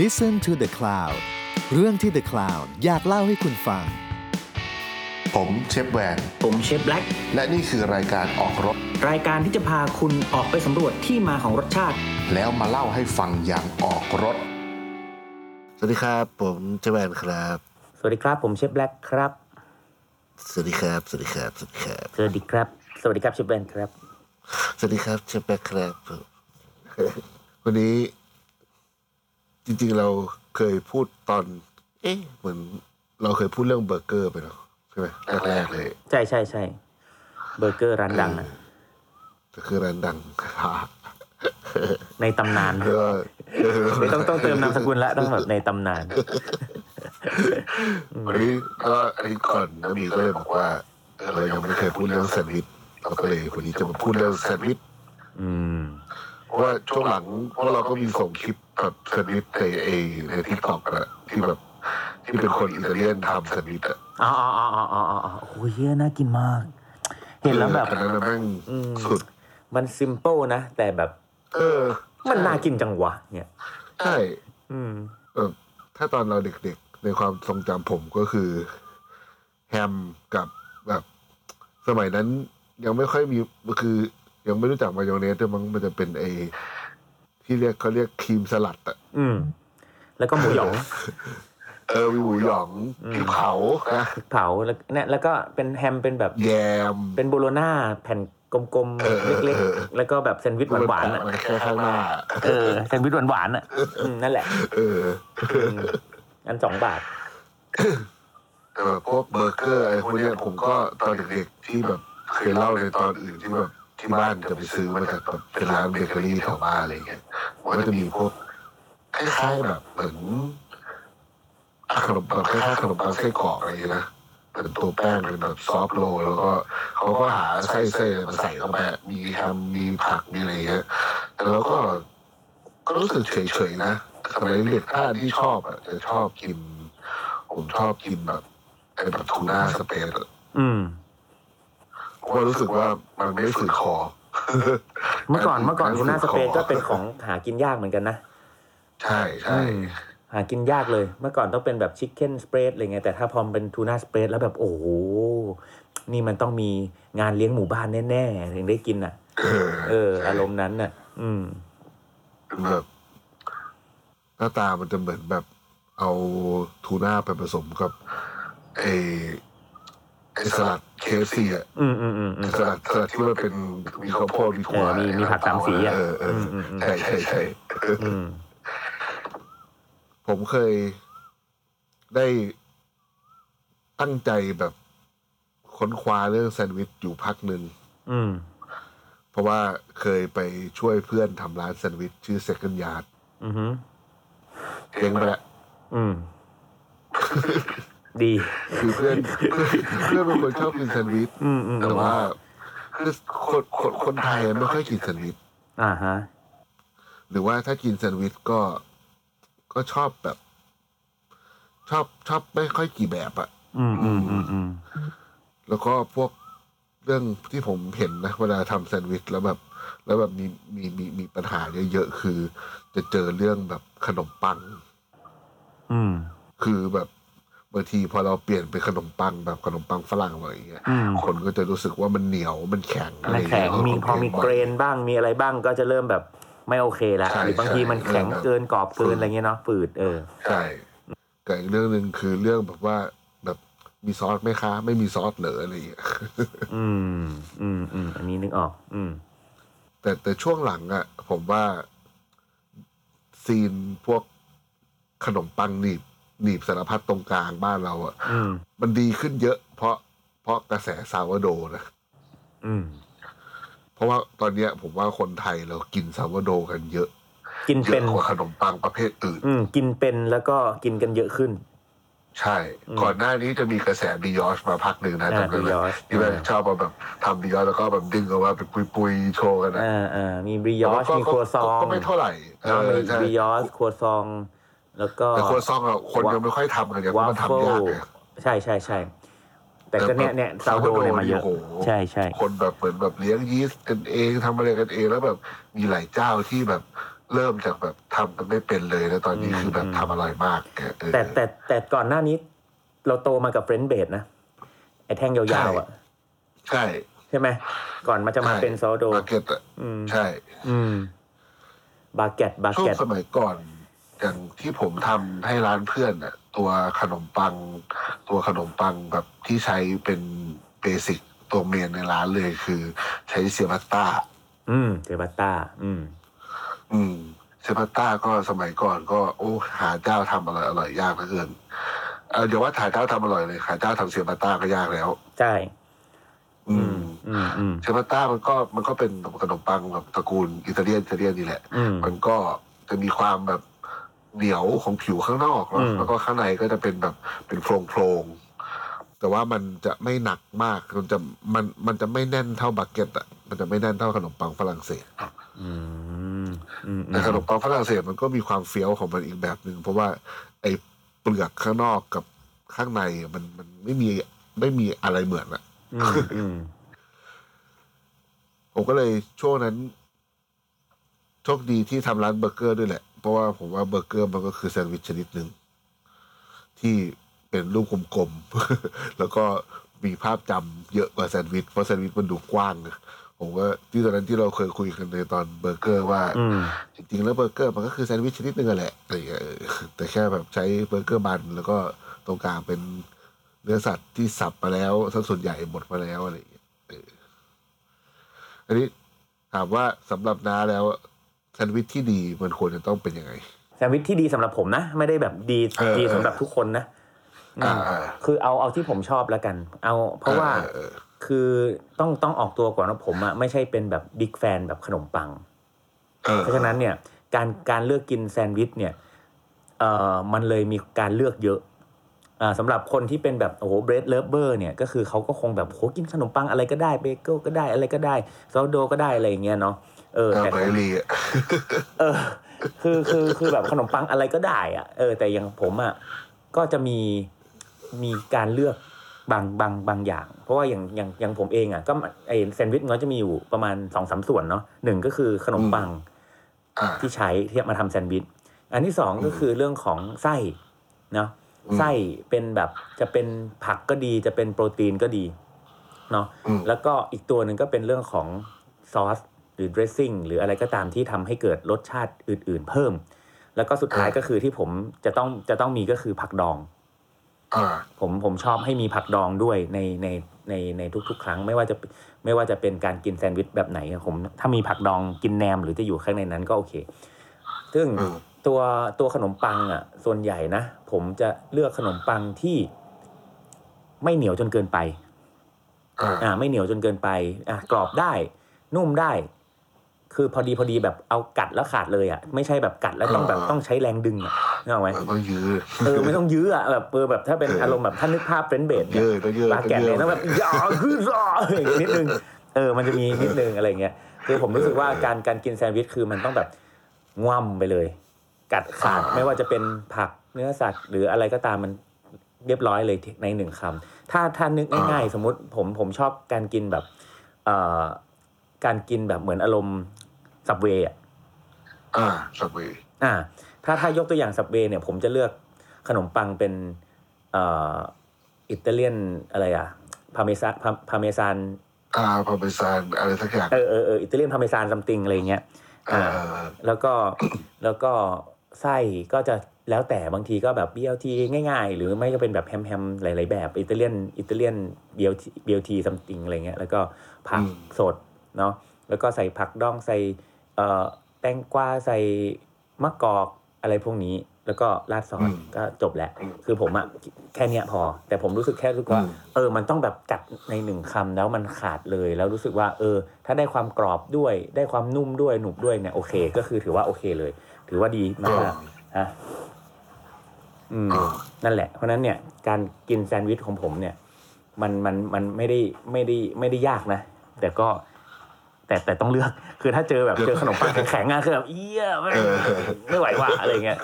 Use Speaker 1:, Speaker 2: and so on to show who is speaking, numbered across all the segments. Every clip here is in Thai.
Speaker 1: Listen to the Cloud เรื่องที่ The Cloud อยากเล่าให้คุณฟัง
Speaker 2: ผมเชฟแวน
Speaker 3: ผมเชฟแบล็ก
Speaker 2: และนี่คือรายการออกรถ
Speaker 3: รายการที่จะพาคุณออกไปสำรวจที่มาของรสชาติ
Speaker 2: แล้วมาเล่าให้ฟังอย่างออกรถ
Speaker 4: สวัสดีครับ ผมเจแวนครับ
Speaker 3: สวัสดีครับ ผมเชฟแบล็กครับ
Speaker 4: สวัสดีครับ สวัสดีครับ สวัสดีครับ
Speaker 3: สวัสดีครับ สวัสดีครับเชฟแบนครับ
Speaker 4: สวัสดีครับเชฟแบ็คครับ ผมวันนี้จริงๆเราเคยพูดตอน เอ๊ะเหมือนเราเคยพูดเรื่องเบอร์เกอร์ไปเนาะใช่ไหมแรกๆเลย
Speaker 3: ใช่ใช่ใช่เบอร์เกอร์ร้านดังอะ
Speaker 4: ก็คือร้านดัง
Speaker 3: ในตำนาน
Speaker 4: ก็เออ
Speaker 3: ไม่ต้องต้องเติมนามสกุลละต้องแบบในตำนาน
Speaker 4: วันนี้ก็อาทิตย์ก่อนน้องมีก็เลยบอกว่าเออเรายังไม่เคยพูดเรื่องแซนด์วิชเราก็เลยวันนี้จะมาพูดเรื่องแซนด์วิช
Speaker 3: อืม
Speaker 4: เพราะว่าช่วงหลังพวกเราก็มีส่งคลิปแบบสนิทในเอในทิกตอกนะที่แบบ ที่เป็นคนอิตาเลียนทำสนิทอะ
Speaker 3: อ๋ออ๋ออ๋ออ๋ออ๋ออ๋อโอ้ยเหี้ยน่ากินมาก เห็นแล้วแบบ
Speaker 4: อันนั้นนะแม่ง
Speaker 3: อืม
Speaker 4: สุด
Speaker 3: มันซิมเ l e นะ แต่แบบ
Speaker 4: เออ
Speaker 3: มันน่ากินจังวะเนี่ย
Speaker 4: ใช่
Speaker 3: อืม
Speaker 4: เออถ้าตอนเราเด็กๆ ในความทรงจำผมก็คือ แฮมกับแบบ สมัยนั้นยังไม่ค่อยมีคือ ยังไม่รู้จักมายองเนสด้วยมั้งมันจะเป็นเอที่เรียกเขาเรียกครีมสลัดอะ
Speaker 3: อืม แล้วก็หมูหยอง
Speaker 4: เออมีหมูหยองพริกเผานะ
Speaker 3: พริกเผาแล้วเนี่ยแล้วก็เป็นแฮมเป็นแบบ
Speaker 4: แยม
Speaker 3: เป็นโบโลน่าแผ่นกลม
Speaker 4: เออ
Speaker 3: ๆ
Speaker 4: เออ
Speaker 3: เล็ก
Speaker 4: เออ
Speaker 3: ๆ แล้วก็แบบแซนด์วิชหวานๆอ่ะ
Speaker 4: มันแค่ข้างหน้า
Speaker 3: เออแซนด์วิชหวานๆอ่ะอืมนั่นแหละ
Speaker 4: เออ
Speaker 3: อืมอันสองบาท
Speaker 4: แต่แบบพวกเบอร์เกอร์อะไรพวกเนี้ยผมก็ตอนเด็กๆที่แบบเคยเล่าในตอนอื่นที่แบบที่บ้านจะไปซื้อมาจากแบบเป็นร้านเบเกอรี่แถวบ้านอะไรเงี้ยมันก็จะมีพวกคล้ายๆแบบเหมือนขนมปังคล้ายๆขนมปังไส้กรอกอะไรอย่างเงี้ยนะเป็นตัวแป้งเป็นแบบซอฟต์โรลแล้วก็เขาก็หาไส้ๆอะไรมาใส่เข้าไปมีแฮมมีผักมีอะไรเงี้ยแต่เราก็ก็รู้สึกเฉยๆนะสมัยเด็กถ้าที่ชอบอ่ะจะชอบกิน ผมชอบกินแบบ ไอ้แบบทูน่าสเปนอะ
Speaker 3: อืม
Speaker 4: เพราะว่ารู้สึกว่ามันไม่ฝืดคอ
Speaker 3: เมื่อก่อนเมื่อก่อน
Speaker 4: การ
Speaker 3: ทูน่าส
Speaker 4: ฝึก
Speaker 3: เปน
Speaker 4: ของ
Speaker 3: ก็เป็นของหากินยากเหมือนกันนะ
Speaker 4: ใช่ใช่
Speaker 3: อืมหากินยากเลย เมื่อก่อนต้องเป็นแบบชิคเก้นสเปรดอะไรเงี้ยแต่ถ้าพอมนเป็นทูน่าสเปรดแล้วแบบโอ้โหนี่มันต้องมีงานเลี้ยงหมู่บ้านแน่ๆถึงได้กินอ่ะ
Speaker 4: เออ
Speaker 3: เออ อารมณ์นั้นน่ะ อืม
Speaker 4: เป็นแบบหน้าตามันจะเหมือนแบบเอาทูน่าไปผสมกับไอ้ไอ้สลัดเคฟซีอะ
Speaker 3: อืมอืมอืมอืม
Speaker 4: สลัดสลัดที่มันเป็นมีข้าวโพดมีถั่ว
Speaker 3: เออมีมีผักสามสีอะ
Speaker 4: เออเออ
Speaker 3: มอืมอืม
Speaker 4: ใช่ใช่ใช่เออ
Speaker 3: อืม
Speaker 4: ผมเคยได้ตั้งใจแบบค้นคว้าเรื่องแซนด์วิชอยู่พักหนึ่ง
Speaker 3: อืม
Speaker 4: เพราะว่าเคยไปช่วยเพื่อนทำร้านแซนด์วิชชื่อ Second Yard
Speaker 3: อือหือ
Speaker 4: เจ๊งไปละ
Speaker 3: อืม ดี
Speaker 4: คือเพื่อนเพื่อนเพื่อนเป็นคนชอบกินแซนด์วิช
Speaker 3: อืมอืม
Speaker 4: แต่ว่าคือคนคนคนไทยไม่ค่อยกินแซนด์วิช
Speaker 3: อ่าฮะ
Speaker 4: หรือว่าถ้ากินแซนด์วิชก็ก็ชอบแบบ ชอบชอบไม่ค่อยกี่แบบอะ
Speaker 3: อืมอืมอืมอืม
Speaker 4: แล้วก็พวกเรื่องที่ผมเห็นนะ เวลาทำแซนด์วิชแล้วแบบ แล้วแบบมีมีมีมีปัญหาเยอะๆคือ จะเจอเรื่องแบบขนมปัง
Speaker 3: อืม
Speaker 4: คือแบบบางทีพอเราเปลี่ยนเป็นขนมปังแบบขนมปังฝรั่งอะไรอย่างเงี้ย
Speaker 3: อืม
Speaker 4: คนก็จะรู้สึกว่ามันเหนียวมันแข็งอะไรอน
Speaker 3: มั
Speaker 4: ย่าง
Speaker 3: แข็
Speaker 4: เงี้
Speaker 3: ง
Speaker 4: ย
Speaker 3: มีพอมีเกรนบ้างมีอะไรบ้างก็จะเริ่มแบบไม่โอเคละ
Speaker 4: ใช่
Speaker 3: หรือบางทีมันแข็งเกินกรอบเกินอะไรเงี้ยเนาะฝืดเออ
Speaker 4: ใช่กับอีกเรื่องหนึ่งคือเรื่องแบบว่าแบบมีซอสไหมคะ ไม่มีซอสเหรออะไรอย่างเงี้ ย
Speaker 3: อืม อืมอืมอันนี้นึกออก อืม
Speaker 4: แต่แต่ช่วงหลังอะผมว่าซีนพวกขนมปังหนีบหนีบสารพัดตรงกลางบ้านเราอะ
Speaker 3: อืม
Speaker 4: มันดีขึ้นเยอะ เพราะเพราะกระแสซาวโดนะ
Speaker 3: อืม
Speaker 4: เพราะว่าตอนเนี้ยผมว่าคนไทยเรากินซาวโดกันเยอะ
Speaker 3: กิน
Speaker 4: เย
Speaker 3: เป็
Speaker 4: อะ
Speaker 3: น
Speaker 4: กว่าขนมปังประเภทอื่น
Speaker 3: อืม กินเป็นแล้วก็กินกันเยอะขึ้น
Speaker 4: ใช่ ก่อนหน้านี้จะมีกระแสบิยอชมาพักหนึ่งนะ
Speaker 3: อ่า
Speaker 4: จำได้ไหม
Speaker 3: brioche
Speaker 4: ที่แบบชอบมาแบบทำบิยอชแล้วก็แบบดึงออกมาเป็นปุยๆโชว์กันนะ
Speaker 3: อ่าอ่ามีบริยอช
Speaker 4: ก็
Speaker 3: มี
Speaker 4: ก็
Speaker 3: ครัวซอง
Speaker 4: ก็ไม่เท่าไหร่เอ
Speaker 3: แล้ว
Speaker 4: อ
Speaker 3: มี
Speaker 4: ใช่
Speaker 3: บริยอชครัวซอง แล้วก็
Speaker 4: แต่ครัวซองอะคนยังไม่ค่อยทำกันเนี่ยเพ
Speaker 3: วา
Speaker 4: ราะ
Speaker 3: ฟ
Speaker 4: มัน
Speaker 3: เฟิ
Speaker 4: ทำยา
Speaker 3: ล
Speaker 4: กเนี่ย
Speaker 3: ใช่ใช่ใช่แต่ก็เนี่ยเนี่ยซาวโดเนี่ยมาเยอะ
Speaker 4: โโห
Speaker 3: ใช่ใช่
Speaker 4: คนแบบเหมือนแบบเลี้ยงยีสต์กันเองทำอะไรกันเองแล้วแบบมีหลายเจ้าที่แบบ เริ่มจากแบบทำมันไม่เป็นเลยแล้วตอนนี้คือแบบทำอร่อยมากเนี่ยเออ
Speaker 3: แต่แต่แต่ก่อนหน้านี้ เราโตมากับเฟรนด์เบดนะไอ้แท่งยาวๆอ่ะ
Speaker 4: ใช่
Speaker 3: ใช่ไหมก่อนมันจะมา
Speaker 4: ใช่
Speaker 3: เป็นซอโด
Speaker 4: มาร์เก็ตอะ
Speaker 3: อืม
Speaker 4: ใช่
Speaker 3: อืม บาเก็ตบา
Speaker 4: ช่วง
Speaker 3: เก็ต
Speaker 4: สมัยก่อน อย่างที่ผมทำให้ร้านเพื่อนอะตัวขนมปัง ตัวขนมปังแบบที่ใช้เป็นเบสิกตัวเมนในร้านเลยคือใช้เซียบัตต้า
Speaker 3: อืมเทบัตตาอืม
Speaker 4: อืมเซปาต้าก็สมัยก่อนก็โอ้หาเจ้าทำอร่อยอร่อยยากเหลือเกินเอ่อเดี๋ยวว่าหาเจ้าทำอร่อยเลยหาเจ้าทำเซปาต้าก็ยากแล้ว
Speaker 3: ใช่
Speaker 4: อื
Speaker 3: อื
Speaker 4: ม
Speaker 3: ม อืม อืม
Speaker 4: เซปาต้ามันก็มันก็เป็นขนมปังแบบตระกูลอิตาเลียนอิตาเลียนนี่แหละ
Speaker 3: อืม
Speaker 4: มันก็จะมีความแบบเหนียวของผิวข้างนอกเนอะ
Speaker 3: อืม
Speaker 4: แล้วก็ข้างในก็จะเป็นแบบเป็นโพรงๆแต่ว่ามันจะไม่หนักมากมันจะมันมันจะไม่แน่นเท่าบักเก็ตอ่ะมันจะไม่แน่นเท่าขนมปังฝรั่งเศส
Speaker 3: อืมอืม
Speaker 4: แต่ขนมปังฝรั่งเศสมันก็มีความเฟี้ยวของมันอีกแบบหนึ่งเพราะว่าไอ้เปลือกข้างนอกกับข้างในมันมันไม่มีไม่มีอะไรเหมือนอะ
Speaker 3: อืมอืม
Speaker 4: ผมก็เลยช่วงนั้นโชคดีที่ทำร้านเบอร์เกอร์ด้วยแหละ เพราะว่าผมว่าเบอร์เกอร์มันก็คือแซนด์วิชชนิดหนึ่งที่เป็นรูปกลมๆ แล้วก็มีภาพจำเยอะกว่าแซนด์วิชเพราะแซนด์วิชมันดูกว้างนะผมก็ที่ตอนนั้นที่เราเคยคุยกันในตอนเบอร์เกอร์ว่า
Speaker 3: อืม
Speaker 4: จริงๆแล้วเบอร์เกอร์มันก็คือแซนด์วิชชนิดหนึงอะแหละอะไรอย่างเงี้ยเออแต่แค่แบบใช้เบอร์เกอร์บัน แล้วก็ตรงกลางเป็นเนื้อสัตว์ที่สับมาแล้วสัดส่วนใหญ่หมดมาแล้วอะไรอย่างเงี้ยเอออันนี้ถามว่าสำหรับน้าแล้วแซนด์วิชที่ดีมันควรจะต้องเป็นยังไง
Speaker 3: แซนด์วิชที่ดีสำหรับผมนะ ไม่ได้แบบดี
Speaker 4: เออ
Speaker 3: ดีสำหรับทุกคนนะ
Speaker 4: อ่า
Speaker 3: คือเอาเอาที่ผมชอบแล้วกัน เอาเพราะว่า
Speaker 4: เออเออเออ
Speaker 3: คือต้องต้องออกตัวก่อนว่าผมอะไม่ใช่เป็นแบบบิ๊กแฟนแบบขนมปัง
Speaker 4: เออ
Speaker 3: เพราะฉะนั้นเนี่ยการการเลือกกินแซนด์วิชเนี่ยเอ่อมันเลยมีการเลือกเยอะอ่าสำหรับคนที่เป็นแบบโอ้โหเบรดเลเบอร์เนี่ยก็คือเขาก็คงแบบโหกินขนมปังอะไรก็ได้เบเกิลก็ได้อะไรก็ได้ซอสโดก็ได้อะไรอย่างเงี้ยเนาะเออ
Speaker 4: เออ
Speaker 3: แต่
Speaker 4: เบอร์รี่อะ
Speaker 3: เออคือคือคือแบบขนมปังอะไรก็ได้อะเออ แต่อย่างผมอ่ะก็จะมีมีการเลือกบางบางบางอย่าง เพราะว่าอย่างอย่างอย่างผมเองอ่ะก็ไอแซนด์วิชมันก็จะมีอยู่ประมาณสองสามส่วนเนาะหนึ่งก็คือขนมปัง
Speaker 4: อ่า
Speaker 3: ที่ใช้ที่เอามาทำแซนด์วิชอันที่สองก็คือเรื่องของไส้เนาะ
Speaker 4: อืม
Speaker 3: ไส้เป็นแบบจะเป็นผักก็ดีจะเป็นโปรตีนก็ดีเนาะ
Speaker 4: อืม
Speaker 3: แล้วก็อีกตัวหนึ่งก็เป็นเรื่องของซอสหรือ dressing หรืออะไรก็ตามที่ทำให้เกิดรสชาติอื่น ๆ เพิ่ม แล้วก็สุดท้ายก็คือที่ผมจะต้องจะต้องมีก็คือผักดอง
Speaker 4: อ่า
Speaker 3: ผมผมชอบให้มีผักดองด้วยในในในในทุก ๆ ครั้ง ไม่ว่าจะไม่ว่าจะเป็นการกินแซนด์วิชแบบไหนผมถ้ามีผักดองกินแหนมหรือจะอยู่ข้างในนั้นก็โอเค ซึ่ง
Speaker 4: อืม
Speaker 3: ตัวตัวขนมปังอ่ะ ส่วนใหญ่นะ ผมจะเลือกขนมปังที่ไม่เหนียวจนเกินไป
Speaker 4: อ่า
Speaker 3: อ่าไม่เหนียวจนเกินไปอ่ะกรอบได้ นุ่มได้ คือพอดีพอดีแบบเอากัดแล้วขาดเลยอ่ะไม่ใช่แบบกัดแล้วต้องแบบต้องใช้แรงดึงอ่ะนึกออกไหม
Speaker 4: มันต้องยืด
Speaker 3: เออไม่ต้องยื้ออ่ะแบบเออแบบถ้าเป็นอารมณ์แบบท่านนึกภาพเฟรนเบดเนี่ย
Speaker 4: ยืดต้องยืด
Speaker 3: ปลา
Speaker 4: ต้อง
Speaker 3: แกะ
Speaker 4: ยืด
Speaker 3: เนี่ยต้องแบบยาวขึ้นยาวอย่างนิดนึงเออมันจะมีนิดนึงอะไรเงี้ยคือผมรู้สึกว่าการการกินแซนด์วิชคือมันต้องแบบงว่ำไปเลย กัดขาดไม่ว่าจะเป็นผักเนื้อสัตว์ หรืออะไรก็ตามมันเรียบร้อยเลยในหนึ่งคำถ้าถ้านึกง่ายๆ สมมติผมผมชอบการกินแบบเอ่อการกินแบบเหมือนอารมณ์สับเวย์อ่ะ
Speaker 4: อ่าสับเว
Speaker 3: อ่าถ้าถ้ายกตัวอย่างสับเวย์เนี่ย ผมจะเลือกขนมปังเป็นเอ่ออิตาเลียนอะไรอ่ะพาเมซาพาเมซาน
Speaker 4: อ่าพาเมซานอะไรสักอย่าง
Speaker 3: เออเออเอออิตาเลียนพาเมซานซัมติงอะไรอย่างเงี้ย
Speaker 4: อ่า
Speaker 3: อ่า แล้วก็ แล้วก็ไส้ก็จะแล้วแต่บางทีก็แบบ BLT ง่ายๆ หรือไม่ก็เป็นแบบแฮมๆหลายๆแบบอิตาเลียนอิตาเลียน BLT BLT ซัมติงอะไรเงี้ยแล้วก็ผักสดเนาะแล้วก็ใส่ผักดองใส่เอ่อแตงกวาใส่มะกอกอะไรพวกนี้ แล้วก็ราดซอสก็จบแหละ คือผมอะแค่เนี้ยพอ แต่ผมรู้สึกแค่รู้สึกว่า เออ มันต้องแบบกัดในหนึ่งคำแล้วมันขาดเลย แล้วรู้สึกว่า เออ ถ้าได้ความกรอบด้วย ได้ความนุ่มด้วยหนุบด้วยเนี่ยโอเค ก็คือถือว่าโอเคเลย ถือว่าดีมากๆอ่ะอืม
Speaker 4: อ่า
Speaker 3: นั่นแหละ เพราะฉะนั้นเนี่ยการกินแซนด์วิชของผมเนี่ย มันมันมันไม่ได้ไม่ได้ไม่ได้ยากนะ แต่ก็ แต่แต่ต้องเลือก คือถ้าเจอแบบเจอขนมปังแข็งๆอ่ะคือแบบเอี้ยไม่
Speaker 4: เออ
Speaker 3: ไม่ไหวว่ะอะไรเงี้ย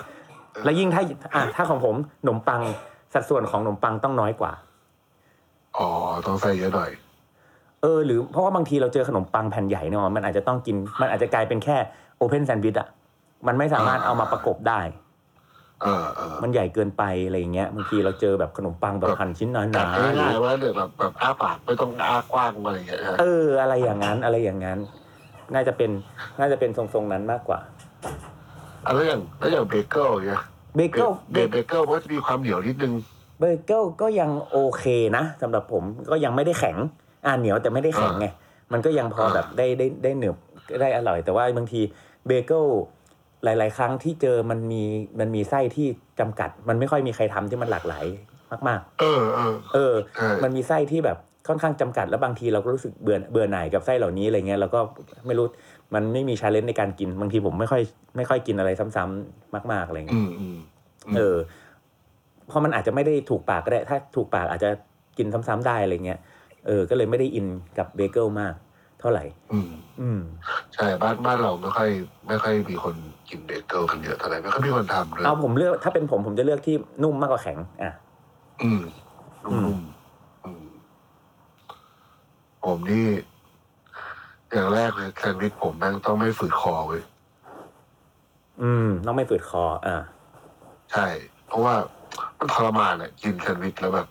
Speaker 3: แล้วยิ่งถ้าอ่ะถ้าของผมขนมปังสัดส่วนของขนมปังต้องน้อยกว่า
Speaker 4: อ๋อต้องใส่เยอะหน่อย
Speaker 3: เออหรือเพราะว่าบางทีเราเจอขนมปังแผ่นใหญ่เนอะมันอาจจะต้องกินมันอาจจะกลายเป็นแค่โอเพนแซนด์วิชอะ มันไม่สามารถเอามาประกบได้
Speaker 4: เออเออ
Speaker 3: มันใหญ่เกินไปอะไรอย่างเงี้ยบางทีเราเจอแบบขนมปังแบบหั่นชิ้นห
Speaker 4: กั
Speaker 3: นา
Speaker 4: ด
Speaker 3: ๆ
Speaker 4: ง่ายๆว่าเดี๋ยวแบบแบบอ้าปากไม่ต้องอ้ากว้างอะไรอย่างเงี้ยนะ
Speaker 3: เอออะไรอย่างนั้นอะไรอย่างนั้น น่าจะเป็นน่าจะเป็นทรงๆนั้นมากกว่า
Speaker 4: อะแล้วอย่างแล้วอย่างเบเกิลอย่างเงี้ย
Speaker 3: เบเกิล
Speaker 4: เบเบเกิลมันก็จะมีความเหนียวนิดนึง
Speaker 3: เบเกิลก็ยังโอเคนะสำหรับผมก็ยังไม่ได้แข็งอ่าเหนียวแต่ไม่ได้แข็งไงมันก็ยังพอแบบได้ได้ได้หนึบได้อร่อย แต่ว่าบางทีเบเกิลหลาย ๆ ครั้งที่เจอมันมีมันมีไส้ที่จำกัด มันไม่ค่อยมีใครทำที่มันหลากหลายมาก
Speaker 4: เออเออ
Speaker 3: ๆ เออ
Speaker 4: ใช่
Speaker 3: มันมีไส้ที่แบบค่อนข้างจำกัดแล้วบางทีเราก็รู้สึกเบื่อเบื่อหน่ายกับไส้เหล่านี้อะไรเงี้ยเราก็ไม่รู้มันไม่มีชาเลนจ์ในการกินบางทีผมไม่ค่อยไม่ค่อยกินอะไรซ้ำๆมากๆอะไร
Speaker 4: อื
Speaker 3: เงี้ย
Speaker 4: มอืม อืม
Speaker 3: เออเพราะมันอาจจะไม่ได้ถูกปากก็ได้ถ้าถูกปากอาจจะกินซ้ำๆได้อะไรเงี้ยเออก็เลยไม่ได้อินกับเบเกิลมาก เท่าไหร่
Speaker 4: อืม
Speaker 3: อืม
Speaker 4: ใช่บ้านบ้านเราไม่ค่อยไม่ค่อยมีคนกินเบเกิลกันเยอะเท่าไหร่ไม่ค่อยมีคนทำเลย
Speaker 3: เอาผมเลือกถ้าเป็นผมผมจะเลือกที่นุ่มมากกว่าแข็งอ่ะ
Speaker 4: อืมนุ่ม
Speaker 3: อืม
Speaker 4: ๆอืมผมนี่ อย่างแรกเลยแซนด์วิชผมแม่งต้องไม่ฝืดคอเว้ย
Speaker 3: อืมต้องไม่ฝืดคออ่ะ
Speaker 4: ใช่ เพราะว่ามันทรมานอะกินแซนด์วิชแล้วแบบ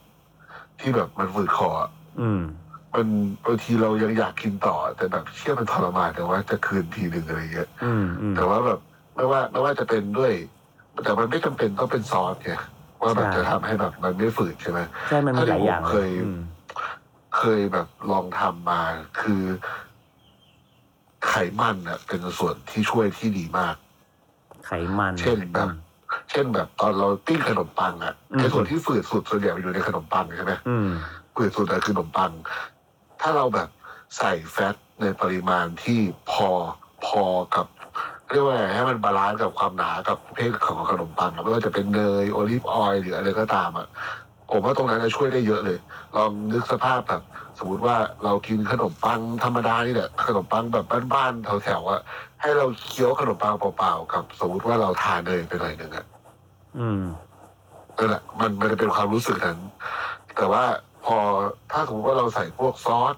Speaker 4: ที่แบบมันฝืดคออะ
Speaker 3: อืม
Speaker 4: มันบางทีเรายังอยากกินต่อ แต่แบบเชื่อมันทรมานแต่ว่าจะคืนทีหนึ่งอะไรเงี้ย
Speaker 3: อืมอืม
Speaker 4: แต่ว่าแบบไม่ว่าไม่ว่าจะเป็นด้วย แต่มันไม่จำเป็นต้องเป็นซอสไงว่าแบบ
Speaker 3: ใช่
Speaker 4: จะทำให้แบบมันไม่ฝืดใช่ไหม
Speaker 3: ใช่มันมีหลายอย่าง
Speaker 4: เคย
Speaker 3: อืม
Speaker 4: เคยแบบลองทำมาคือ ไขมันน่ะเป็นส่วนที่ช่วยที่ดีมาก
Speaker 3: ไขมัน
Speaker 4: เช่นแบบ เช่นแบบตอนเราปิ้งขนมปังอ่ะ
Speaker 3: อืม
Speaker 4: ไอ้ส่วนที่ฝืดสุดส่วนใหญ่มันอยู่ในขนมปังใช่ไหม
Speaker 3: อืม
Speaker 4: ฝืดสุดอะคือขนมปัง ถ้าเราแบบใส่แฟตในปริมาณที่พอพอกับเรียกว่าไงให้มันบาลานซ์กับความหนากับเพศของขนมปังอะไม่ว่าจะเป็นเนยโอลิฟออยล์หรืออะไรก็ตามอ่ะผมว่าตรงนั้นจะช่วยได้เยอะเลย ลองนึกสภาพแบบ สมมติว่าเรากินขนมปังธรรมดานี่แหละขนมปังแบบบ้านๆแถวๆอ่ะให้เราเคี้ยวขนมปังเปล่าๆกับ สมมติว่าเราทานเนยไปหน่อยหนึ่งอ่ะ
Speaker 3: อืม
Speaker 4: นั่นแหละมันมันจะเป็นความรู้สึกนั้น แต่ว่าพอถ้าสมมติว่าเราใส่พวกซอส